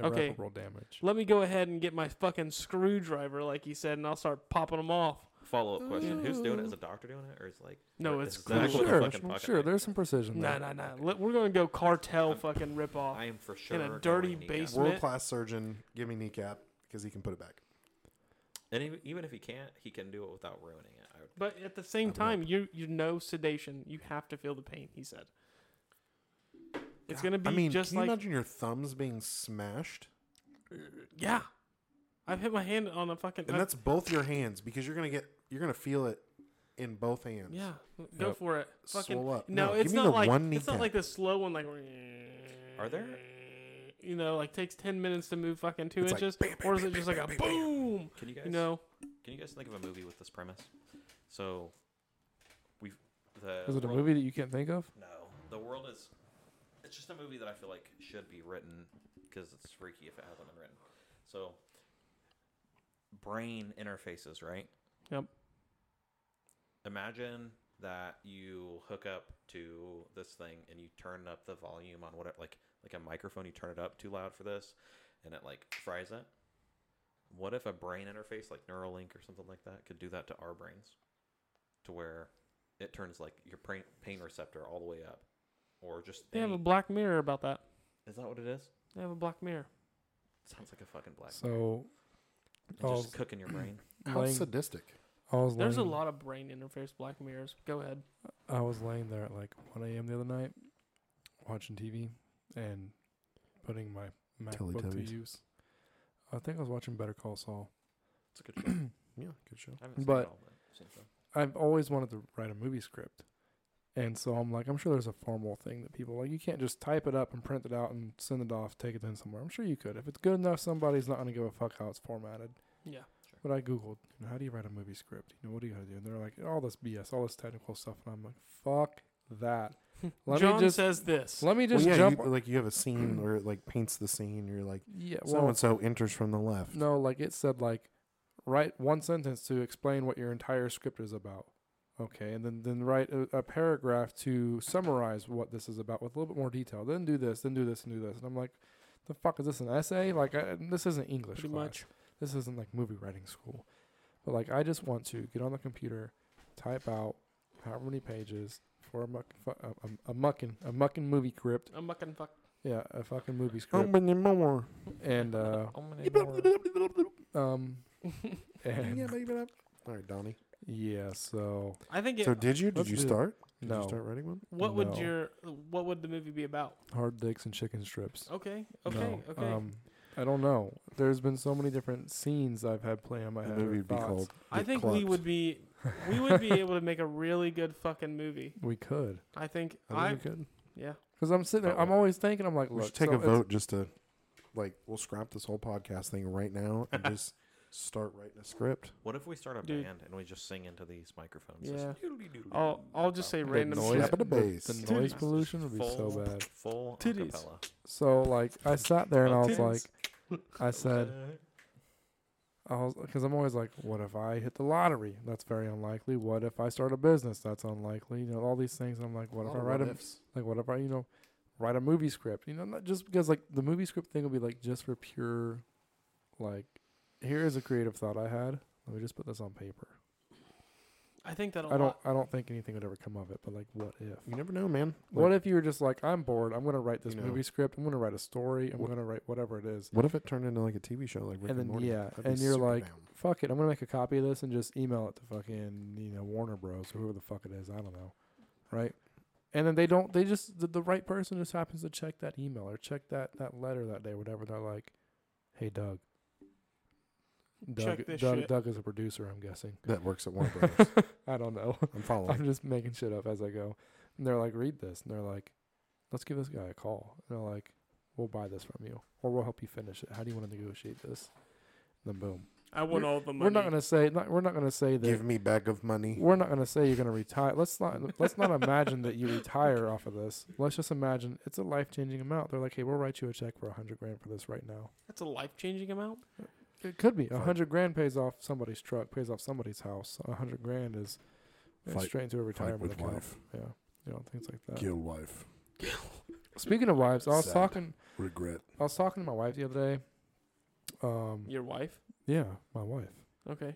Okay.
Irreparable damage.
Let me go ahead and get my fucking screwdriver, like he said, and I'll start popping them off.
Follow up question: Who's doing it? Is a doctor doing it, or is like?
No,
or
it's
is
Zach
Well,
Zach with a
sure,
fucking pocket
sure.
knife?
There's some precision
Nah,
there.
nah, nah. Let- We're gonna go cartel
I'm-
fucking ripoff.
I am for sure going
dirty
kneecap.
basement.
World class surgeon. Give me kneecap because he can put it back.
And even, even if he can't, he can do it without ruining it. I would,
But at the same time, you you know sedation. You have to feel the pain. He said. It's gonna be
I mean,
just
can you
like uh,
imagine your thumbs being smashed?
yeah. I've hit my hand on a fucking. uh,
And
I've-
that's both your hands because you're gonna get you're gonna feel it in both hands.
yeah. Go
Yep.
for it. Fucking.
Swell up.
No,
No,
it's
give me
not
the
like
one
it's not
kneecap.
like the slow one. Like.
Are there-
You know, like takes ten minutes to move fucking two
It's like
inches,
bam, bam,
or is
bam,
it just
bam,
like a
bam, bam, bam.
boom?
can you guys?
You know,
Can you guys think of a movie with this premise? So, we the
Is it a
world-
movie that you can't think of?
No, the world is. It's just a movie that I feel like should be written because it's freaky if it hasn't been written. So, brain interfaces, right?
Yep.
Imagine that you hook up to this thing and you turn up the volume on whatever, like like a microphone. You turn it up too loud for this, and it like fries it. What if a brain interface like Neuralink or something like that could do that to our brains, to where it turns like your pain, pain receptor all the way up, or just
they have
any-
a black mirror about that.
is that what it is?
They have a black mirror.
Sounds like a fucking black.
So
It's
I was,
just cooking your brain.
How
laying,
sadistic.
I, was
There's a
laying,
lot of brain interface black mirrors. Go ahead.
I was laying there at like 1 a.m. the other night watching TV and putting my MacBook to
Teletubbies.
use. I think I was watching Better Call Saul.
It's a good show.
Yeah, good show.
I haven't seen
But-
it all, but I've seen some.
I've always wanted to write a movie script. And so I'm like, I'm sure there's a formal thing that people like. You can't just type it up and print it out and send it off, take it in somewhere. I'm sure you could. If it's good enough, somebody's not going to give a fuck how it's formatted.
Yeah.
But I Googled, you know, how do you write a movie script? You know, what do you got to do? And they're like, all this BS, all this technical stuff. And I'm like, fuck that. Let me
John
just-
says this.
Let me
Well,
just
yeah,
jump.
you, uh, like you have a scene where it like paints the scene. You're like
yeah,
so
well,
and so enters from the left.
no, like it said, like, write one sentence to explain what your entire script is about. Okay, and then then write a, a paragraph to summarize what this is about with a little bit more detail. Then do this, then do this, and do this. And I'm like, the fuck is this an essay? Like, I, this isn't English.
Pretty
class.
much.
This isn't like movie writing school. But like, I just want to get on the computer, type out however many pages for a muck, fu- a, a, a mucking a mucking movie script.
I'm fucking fuck.
Yeah, a fucking movie script.
Open your more.
and uh, um, and
All right, Donnie.
yeah, so
I think it,
So did you? Did
Let's
you
do it.
start? Did you
no
start writing one?
what would
no.
your what would the movie be about?
hard dicks and chicken strips.
Okay. Okay.
No,
okay.
Um, I don't know. There's been so many different scenes I've had play on my
The
head.
movie
or
would be
thoughts.
called.
I
The
think we
Clubs.
would be we would be able to make a really good fucking movie.
We could,
I think
I
I,
think we could.
yeah.
because I'm sitting. There, I'm always thinking. I'm like,
We
look,
should take
so
a
it's-
vote just to, like, we'll scrap this whole podcast thing right now and just start writing a script.
What if we start a
Dude.
band and we just sing into these microphones?
Yeah.
Just doodly-doodly.
I'll I'll just say
The
random
noise-
shit.
Slap it a
the-
bass.
The noise
Titties.
pollution would be so
Full-
bad.
Full
Titties.
acapella.
So like, I sat there and I was like, I said, because I'm always like, what if I hit the lottery? That's very unlikely. What if I start a business? That's unlikely. You know, all these things. I'm like,
Oh,
what if I write a like what if I you know write a movie script? You know, not just because like the movie script thing will be like just for pure like here is a creative thought I had. Let me just put this on paper.
I think that a
I don't
lot.
I don't think anything would ever come of it, but like what if?
You never know, man. Like,
What if you were just like, I'm bored. I'm gonna write this
You know.
movie script. I'm gonna write a story. I'm
What-
gonna write whatever it is.
What if it turned into like a TV show, like Rick and,
and then
Morty?
yeah,
I'd be
and you're
super
like,
down.
fuck it. I'm gonna make a copy of this and just email it to fucking you know Warner Bros or whoever the fuck it is. I don't know, right? And then they don't. They just the, the right person just happens to check that email or check that that letter that day, whatever. They're like, hey Doug. Doug,
Check this
Doug,
shit.
Doug is a producer, I'm guessing.
that works at Warner Brothers.
I don't know.
I'm following.
I'm just making shit up as I go. And they're like, read this. And they're like, let's give this guy a call. And they're like, we'll buy this from you or we'll help you finish it. How do you want to negotiate this? And then boom.
I want all the money.
We're not going to say, not, we're not going to say that.
Give me bag of money.
we're not going to say you're going to retire. Let's not let's not imagine that you retire off of this. Let's just imagine it's a life changing amount. They're like, hey, we'll write you a check for a hundred grand for this right now.
That's a life changing amount.
It could be a
Fight.
hundred grand pays off somebody's truck, pays off somebody's house. A hundred grand is is
Fight-
straight into a retirement
with
account.
life.
Yeah, you know things like that.
Kill wife.
Speaking of wives, I was
Sad.
talking.
Regret.
I was talking to my wife the other day. Um,
Your wife.
yeah, my wife.
Okay.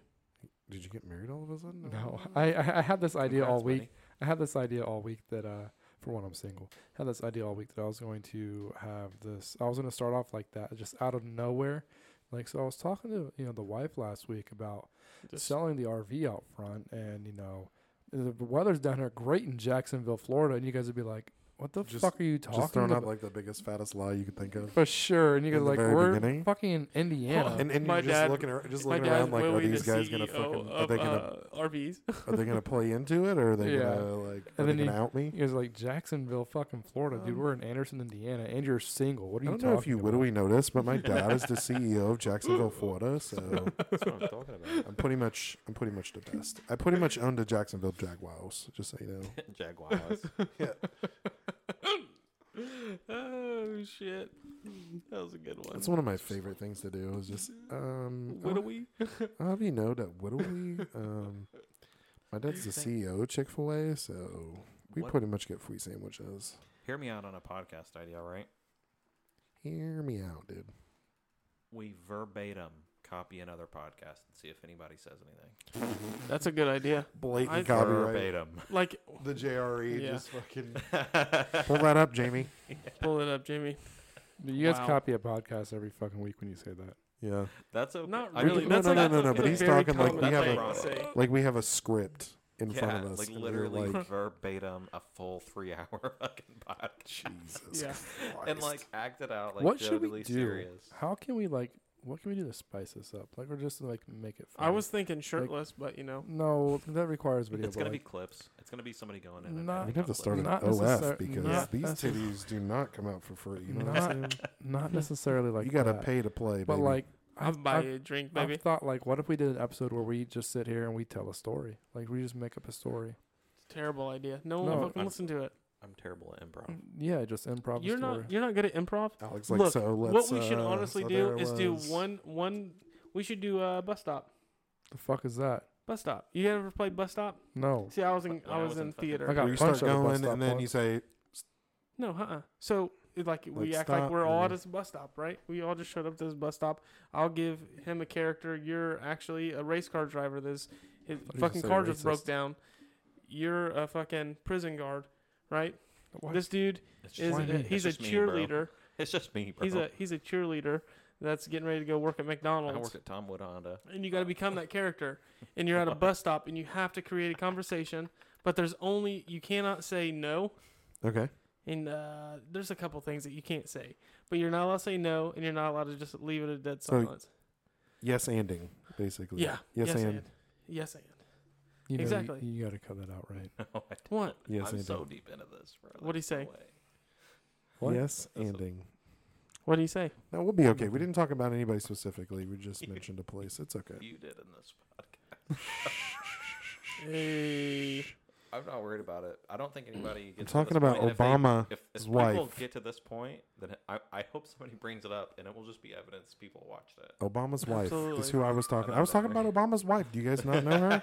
Did you get married all of a sudden?
No, I I I had this idea
Congrats,
all week.
buddy.
I had this idea all week that uh, for one, I'm single. Had this idea all week that I was going to have this. I was going to start off like that, just out of nowhere. Like so, I was talking to you know the wife last week about
Just
selling the RV out front, and you know, the the weather's down here great in Jacksonville, Florida, and you guys would be like, "What the
Just-
fuck are you talking
Just throwing
about?"
out like the biggest fattest lie you could think of.
For sure, and you
in
guys
the
like,
very
"We're
beginning?
fucking in Indiana."
And, and
My
you're just
dad-
looking, ar- just
my
looking
dad's
around like, are
Willie, the
these guys
CEO
gonna fucking? Are
of,
they gonna?
uh, RVs?
Are they gonna play into it, or are they
Yeah.
gonna like? Are
And
they
then
gonna out me?
You guys are like Jacksonville, fucking Florida, dude.
Um,
We're in Anderson, Indiana, and you're single. What
I
are you
don't
talking
know if you
about?
widowy noticed, but my dad is the CEO of Jacksonville, Florida. So
That's what I'm talking about.
I'm pretty much, I'm pretty much the best. I pretty much owned the Jacksonville Jaguars. Just so you know.
Jaguars.
oh shit, that was a good one.
That's one of my favorite things to do. Is just um,
What do we?
I'll have you know that widowy. Um, my dad's the CEO of Chick Fil A, so we
What-
pretty much get free sandwiches.
Hear me out on a podcast idea, all right?
Hear me out, dude.
We verbatim copy another podcast and see if anybody says anything.
That's a good idea.
Blatant
I-
copyright.
Verbatum.
Like,
The JRE
Yeah.
just fucking pull that up, Jamie.
pull it up, Jamie.
Dude, you guys
Wow.
copy a podcast every fucking week when you say that.
Yeah,
That's okay.
Not
I
really.
mean,
no,
That's
no,
a-
no,
that's
no, no,
a
but he's
very
talking like we
common
have
thing
a-
to say.
like we have a script in
yeah,
front of us.
like
and we're
literally
like,
verbatim a full three hour fucking podcast.
Jesus.
Yeah.
Christ.
And like act it out like
what should we
totally
do?
serious.
How can we like? What can we do to spice this up? Like, we're just like make it. Funny.
I was thinking shirtless, but you know,
no, that requires video.
It's gonna
but,
be
like,
clips. It's gonna be somebody going in.
Not-
and
we
editing
have to
on
start
clips.
an
Not
OF
necessar-
because
not
these
necessar-
titties do not come out for free. You know what I'm
not,
saying?
not necessarily like
you gotta
that,
pay to play,
but
baby.
like
I'll
I've,
buy
I've,
you a drink,
I've
baby.
thought like, what if we did an episode where we just sit here and we tell a story? Like, we just make up a story.
Terrible idea. No one
No,
will fucking
I'm-
listen to it.
I'm terrible at improv.
Yeah, just improv. a
Mm. You're
story.
not. You're not good at improv.
Alex, like
Look,
so. Let's,
what we should
uh,
honestly
so
do
there
is do
was-
one one. We should do a bus stop.
The fuck is that?
Bus stop. You ever played bus stop?
No.
See, I was in.
When
I was, in,
fucking-
theater.
I got
Where you start
punched at a bus
going,
stop
and then
once.
you say,
No, uh uh So, it- like, we
Like,
act like
stop,
we're all at
really.
this bus stop, right? We all just showed up to this bus stop. I'll give him a character. You're actually a race car driver. This his
thought you
fucking
said
car just
racist.
broke down. You're a fucking prison guard, right?
What?
This dude
It's
is
why
just
me?
a,
It's
he's a
just me, bro.
cheerleader.
It's just me, bro.
he's a he's a cheerleader that's getting ready to go work at
I
McDonald's.
work at Tom Wood Honda.
and you got to become that character. And you're at a bus stop and you have to create a conversation, but there's only you cannot say no.
okay,
And uh, there's a couple things that you can't say, but you're not allowed to say no, and you're not allowed to just leave it at dead
So-
silence.
yes, anding, basically.
yeah.
Yes, and.
Yes, and.
You know,
Exactly.
You, you got to cut that out, right?
No, I didn't.
What?
Yes,
I'm
anding.
so deep into this, bro.
What'd he
There's no
say?
way.
What?
Yes,
That's a-
anding.
What do you say?
No, we'll be okay. We didn't talk about anybody specifically. We just mentioned a place. It's okay.
You did in this podcast.
Hey.
I'm not worried about it. I don't think anybody. Gets
I'm
to
talking
this
about
point. If they-
Obama
if- If
his
people
wife.
get to this point, then I, I hope somebody brings it up, and it will just be evidence people watched it.
Obama's wife is
Absolutely.
who I was talking. I was talking about Obama's wife. Do you guys not know her?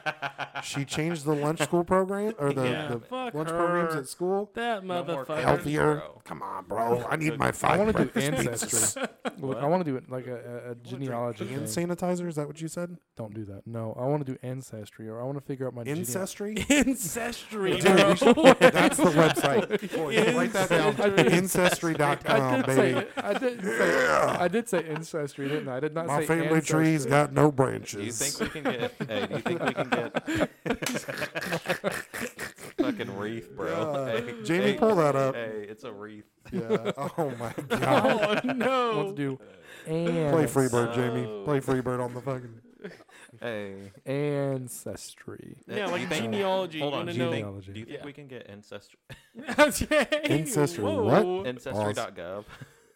she changed the lunch school program or the,
Yeah.
the
Fuck
lunch
her.
programs at school.
That
No more
motherfucker.
Healthy.
Healthier.
Bro.
Come on, bro. I need my
I
five.
want to do
breakfast pizzas.
ancestry. Look, I want to do it like a, a- a genealogy.
Hand
thing.
sanitizer. Is that what you said?
Don't do that. No, I want to do ancestry, or I want to figure out my genealogy.
Ancestry.
Ancestry,
Dude,
bro.
we should- that's the website. Boy, write that down.
Ancestry.
Ancestry.com,
I did,
baby.
say, I, did say, I did say ancestry, didn't I? I did not
My
say
family
ancestry.
tree's got no branches.
Do you think we can get? hey, do you think we can get? fucking wreath, bro.
Yeah.
Hey,
Jamie,
hey,
pull that up.
Hey, it's a wreath.
Yeah. Oh my god.
Oh
I
no!
want to do
Play
ans-
Freebird, Jamie.
Oh.
Play Freebird on the fucking.
Hey,
ancestry.
Yeah,
Do
like
you think-
genealogy.
Hold
you
on,
wanna
do you
know-
think, do you think
Yeah.
we can get ancestry?
okay.
Ancestry
Whoa.
Ancestry.gov.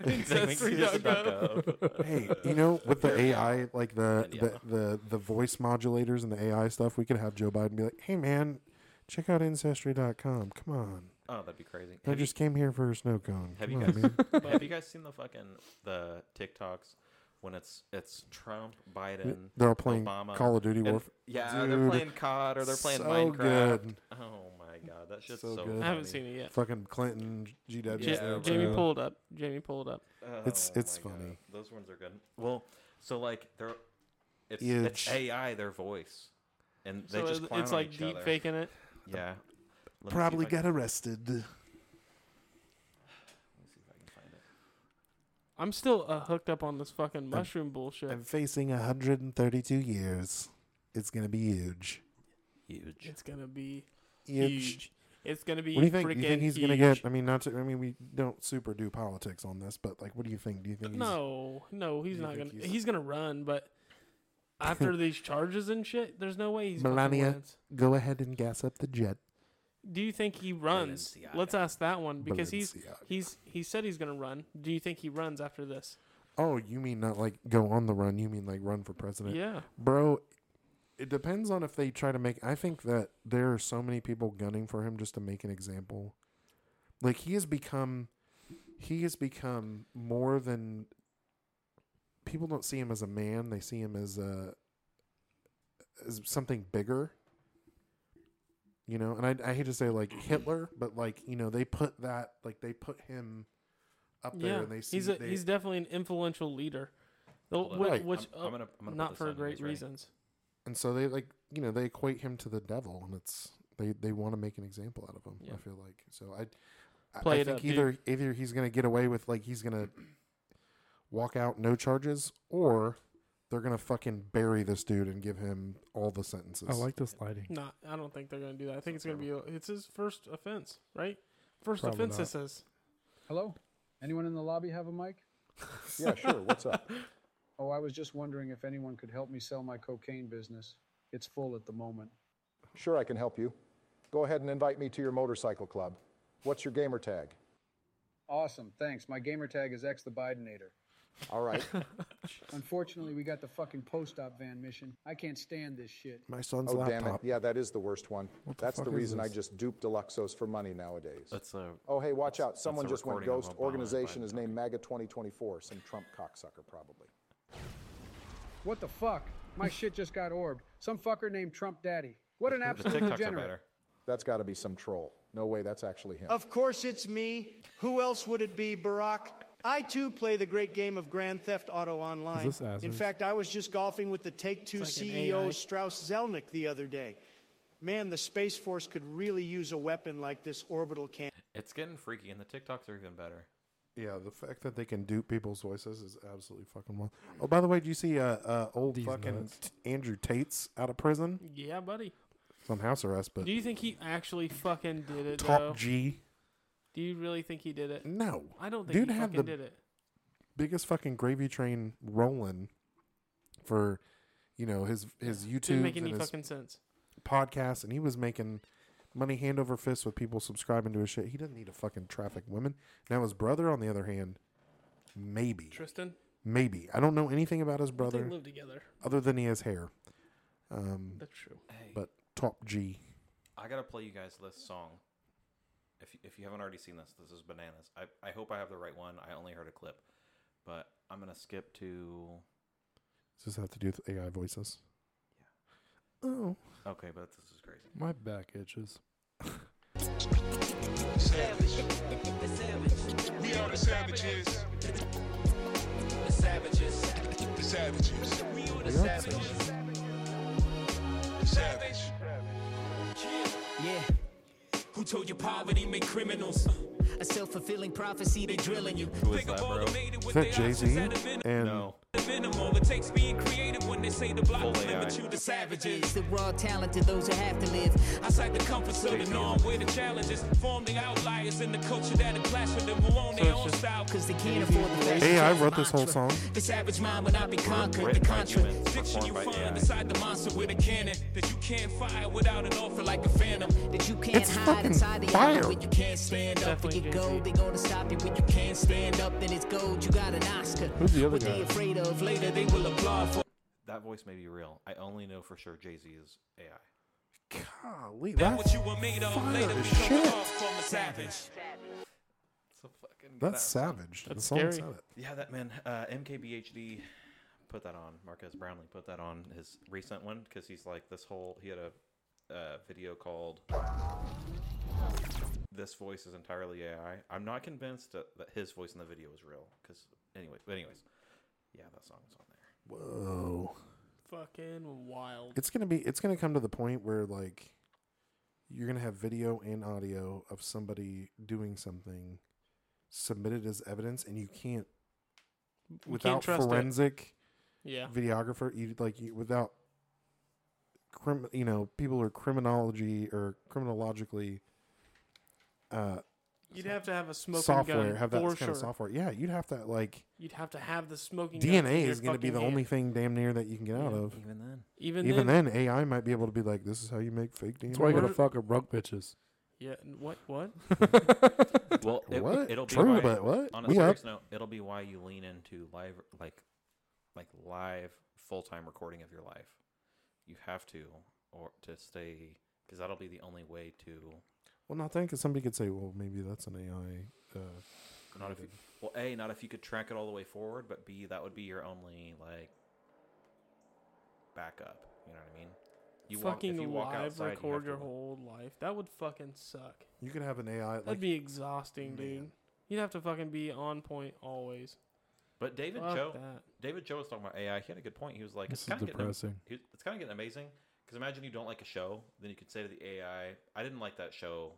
Do you think we can get ancestry.gov?
Hey, you know, with the AI, like the,
Yeah.
the the the voice modulators and the AI stuff, we could have Joe Biden be like, "Hey, man, check out ancestry.com. Come on,
Oh, that'd be crazy.
I
Have you-
just came here for a snow cone.
Have
Come
you
on,
guys-
man."
Have you guys seen the fucking the TikToks when it's it's Trump, Biden,
They're all playing
Obama,
Call of Duty
and-
Warfare.
yeah, they're
Dude,
playing COD or they're playing
so
Minecraft.
good.
Oh my god, that shit's
So
so.
good.
I haven't
funny.
seen it yet.
Fucking Clinton, GW.
Yeah,
Ja-
bro.
Jamie pulled up. Jamie pulled up.
It's-
Oh
it's
my God.
funny.
Those ones are good. Well, so like they're it's,
Huge.
it's AI their voice, and they
so
just
it-
clown
it's
on
like
each
deep
other.
faking it.
Yeah, Let me see if
Probably
I can-
got arrested.
let me see if I can find it.
I'm still uh, hooked up on this fucking mushroom bullshit.
I'm facing 132 years. It's gonna be huge.
Huge.
it's gonna be
Huge.
huge. It's gonna be.
What do you think? Do you think
freaking
he's gonna
huge.
get? I mean, not to. I mean, we don't super do politics on this, but like, what do you think? Do you think? He's,
No, no, he's
You
not
think
gonna.
he's-
He's... gonna run, but after these charges and shit, there's no way he's. fucking
Melania.
wins.
Go ahead and gas up the jet.
Do you think he runs?
Balenciaga.
Let's ask that one because he's
Balenciaga.
he's he said he's gonna run. Do you think he runs after this?
Oh, you mean not like go on the run? You mean like run for president,
Yeah.
bro? It depends on if they try to make. I think that there are so many people gunning for him just to make an example. Like he has become, he has become more than. People don't see him as a man; they see him as a, as something bigger. You know, and I, I hate to say like Hitler, but like you know they put that like they put him up there,
Yeah,
and they see
he's a,
they,
he's definitely an influential leader, though,
Hold on.
whi-
Right.
which
I'm,
uh,
I'm gonna, I'm gonna put
not
this
for
on.
great
It's ready.
reasons.
and so they like you know they equate him to the devil and it's they they want to make an example out of him i
Yeah.
feel like so i I-
Play
i
it
think
up, dude.
either either he's going to get away with like he's going to walk out no charges or they're going to fucking bury this dude and give him all the sentences
I like this lighting.
Not, I don't think they're gonna do that. I think it's gonna be a- it's his first offense, right? First
Probably
offense.
not.
This is
Hello? Anyone in the lobby have a mic?
Yeah, sure. What's up?
Oh, I was just wondering if anyone could help me sell my cocaine business. It's full at the moment.
Sure, I can help you. Go ahead and invite me to your motorcycle club. What's your gamer tag?
Awesome, thanks. My gamer tag is X the Bidenator.
All right.
Unfortunately, we got the fucking post op van mission. I can't stand this shit.
my son's
Oh, damn it.
laptop
Yeah, that is the worst one.
the
That's the
fuck is
reason I
this?
just dupe Deluxos for money nowadays.
That's a
oh, hey, watch out. Someone
a
just went
recording of
ghost.
Obama
Organization
and
is named MAGA 2024. Some Trump cocksucker, probably.
What the fuck? My shit just got orbed. Some fucker named Trump Daddy. What an
the
absolute
TikToks are
degenerate.
better.
That's got to be some troll. No way, that's actually him.
Of course it's me. Who else would it be, Barack? I too play the great game of Grand Theft Auto Online.
Is this Asmund?
In fact, I was just golfing with the Take Two
It's like an AI.
CEO Strauss Zelnick the other day. Man, the Space Force could really use a weapon like this orbital cannon.
It's getting freaky, and the TikToks are even better.
yeah the fact that they can dupe people's voices is absolutely fucking wild oh by the way do you see uh, uh old
These
fucking
nuts.
t- andrew tate's out of prison
yeah, buddy.
some house arrest but
Do you think he actually fucking did it?
top
though?
g
Do you really think he did it?
no
I don't think
dude
he
had
fucking
the
did it.
biggest fucking gravy train rolling for you know his his
Didn't
YouTube
make
and
any
his
fucking sense.
podcast, and he was making money hand over fist with people subscribing to his shit. He doesn't need to fucking traffic women. Now his brother, on the other hand, maybe,
Tristan,
maybe I don't know anything about his
they
brother
live together.
other than he has hair. Um,
That's true.
but top G.
I gotta play you guys this song. If, if you haven't already seen this, this is bananas. I, I hope I have the right one. I only heard a clip, but I'm gonna skip to.
Does this have to do with AI voices? Yeah. Oh.
Okay, but this is crazy.
My back itches.
We are the savages. The savages. The savages. We are the savages. Savage.
Yeah,
Who told you poverty made criminals?
a self fulfilling prophecy, they drilling you.
Who is that, bro?
Is that Jay Z? And
No.
Minimal. It takes being creative when they say the block
Full
will
AI.
limit you to
Savages,
savages.
the raw talent of those who have to live.
Outside the comforts of the norm, where the challenges form the outliers in the culture that are clash with them who own their own style.
Cause they can't afford the fashion.
Hey, I
of
wrote this whole
mantra.
song.
The savage mind will not be conquered. The
Written by
contra.
humans,
Fiction
performed
you
by
find
AI.
beside the monster with a cannon that you can't fire without an offer like a phantom.
That you can't
It's
hide
fucking
inside the
fire.
hour when you can't stand up for
Definitely
your
Jay-Z.
gold. They gonna stop you when you can't stand up, then it's gold. You got an Oscar.
Who's the other
what
guy?
they afraid of later?
Later they will applaud for
That voice may be real. I only know for sure Jay Z is AI.
Golly,
that what
that's,
you were made of.
fire
Later
as
become
shit.
off from a savage.
It's a fucking.
that's savage.
That's
the song
scary.
said it.
Yeah, that man, uh, MKBHD, put that on. Marquez Brownlee put that on his recent one because he's like this whole. He had a uh, video called "This Voice is Entirely AI." I'm not convinced that, that his voice in the video is real. Because anyway, but anyways, yeah, that song is on there.
Whoa.
Fucking wild.
It's gonna be. It's gonna come to the point where like, you're gonna have video and audio of somebody doing something, submitted as evidence, and you can't without
trust it.
forensic
Yeah.
videographer, you like you, without. Crim, you know, people are criminology or criminologically uh,
You'd have to have a smoking
software
gun
have that
for
kind
sure.
of software. Yeah, you'd have to like
You'd have to have the smoking gun in
DNA
your
is going to be
fucking
the
hand.
only thing damn near that you can get out of.
Even then,
Even,
Even
then,
then, AI might be able to be like, "This is how you make fake DNA."
That's why you gotta
Where-
fuck her broke bitches.
yeah. n- What? What?
well, it,
what?
it'll be
True,
why-
but what?
on a
We up.
serious note, it'll be why you lean into live, like, like live full time recording of your life. You have to, or to stay, because that'll be the only way to.
Well, not then, because somebody could say, "Well, maybe that's an AI." Uh,
Not if you, well, a not if you could track it all the way forward, but b that would be your only like backup. You know what I mean? You
fucking
if
live
outside, you have
record
to
your
li-
whole life. That would fucking suck.
you could have an AI.
That'd
Like,
be exhausting, dude. You'd have to fucking be on point always.
But David
Fuck
Joe,
that.
David Joe was talking about AI. He had a good point. He was like,
This
it's
is
kind of
depressing.
Getting, he- it's kind of getting amazing because imagine you don't like a show, then you could say to the AI, "I didn't like that show.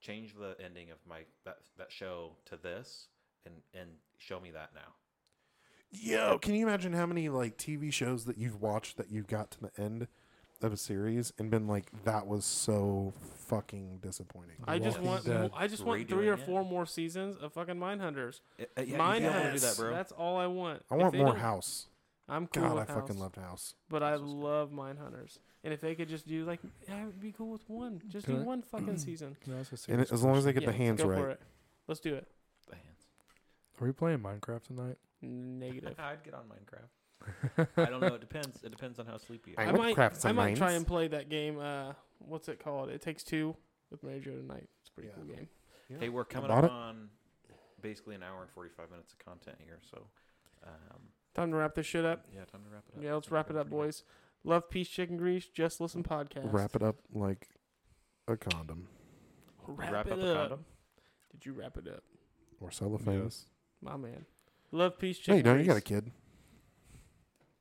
Change the ending of my that that show to this, and and show me that now."
yo, can you imagine how many like TV shows that you've watched that you've got to the end of a series and been like, "That was so fucking disappointing."
I just
Walking
want
Dead.
I just want three or
Redoing it.
four more seasons of fucking Mindhunters.
It, uh, yeah,
Mine
you'd be able to do
has.
that, bro.
That's all I want.
I
If
want
they
more
don't-
House.
I'm cool
God, I
with
fucking
House,
loved House.
but I love Mindhunters. And if they could just do like, I would be cool with one. Just do
Can I-
one fucking season.
No, it's a
And
serious
as long as they get
Yeah,
the hands
go for
right,
it. Let's do it.
The hands.
Are we playing Minecraft tonight?
Negative.
I'd get on Minecraft. I don't know. It depends. It depends on how sleepy you
I
are.
I
would
might,
craft some
I might try
mines.
and play that game. Uh, what's it called? It takes two with Mary Jo tonight. It's a pretty
Yeah.
cool game.
Hey, we're coming
bought
up
it.
on basically an hour and forty-five minutes of content here, so um,
Time to wrap this shit up.
yeah, time to wrap it up.
Yeah, let's
We're
wrap it
doing
up,
pretty good.
boys. Love, peace, chicken grease. Just listen podcast.
wrap it up like a condom
You
Wrap,
Wrap,
it
up,
up.
a condom.
Did you wrap it up,
or cellophane.
my man? Love, peace,
No,
chicken.
you don't. You
grease.
got a kid.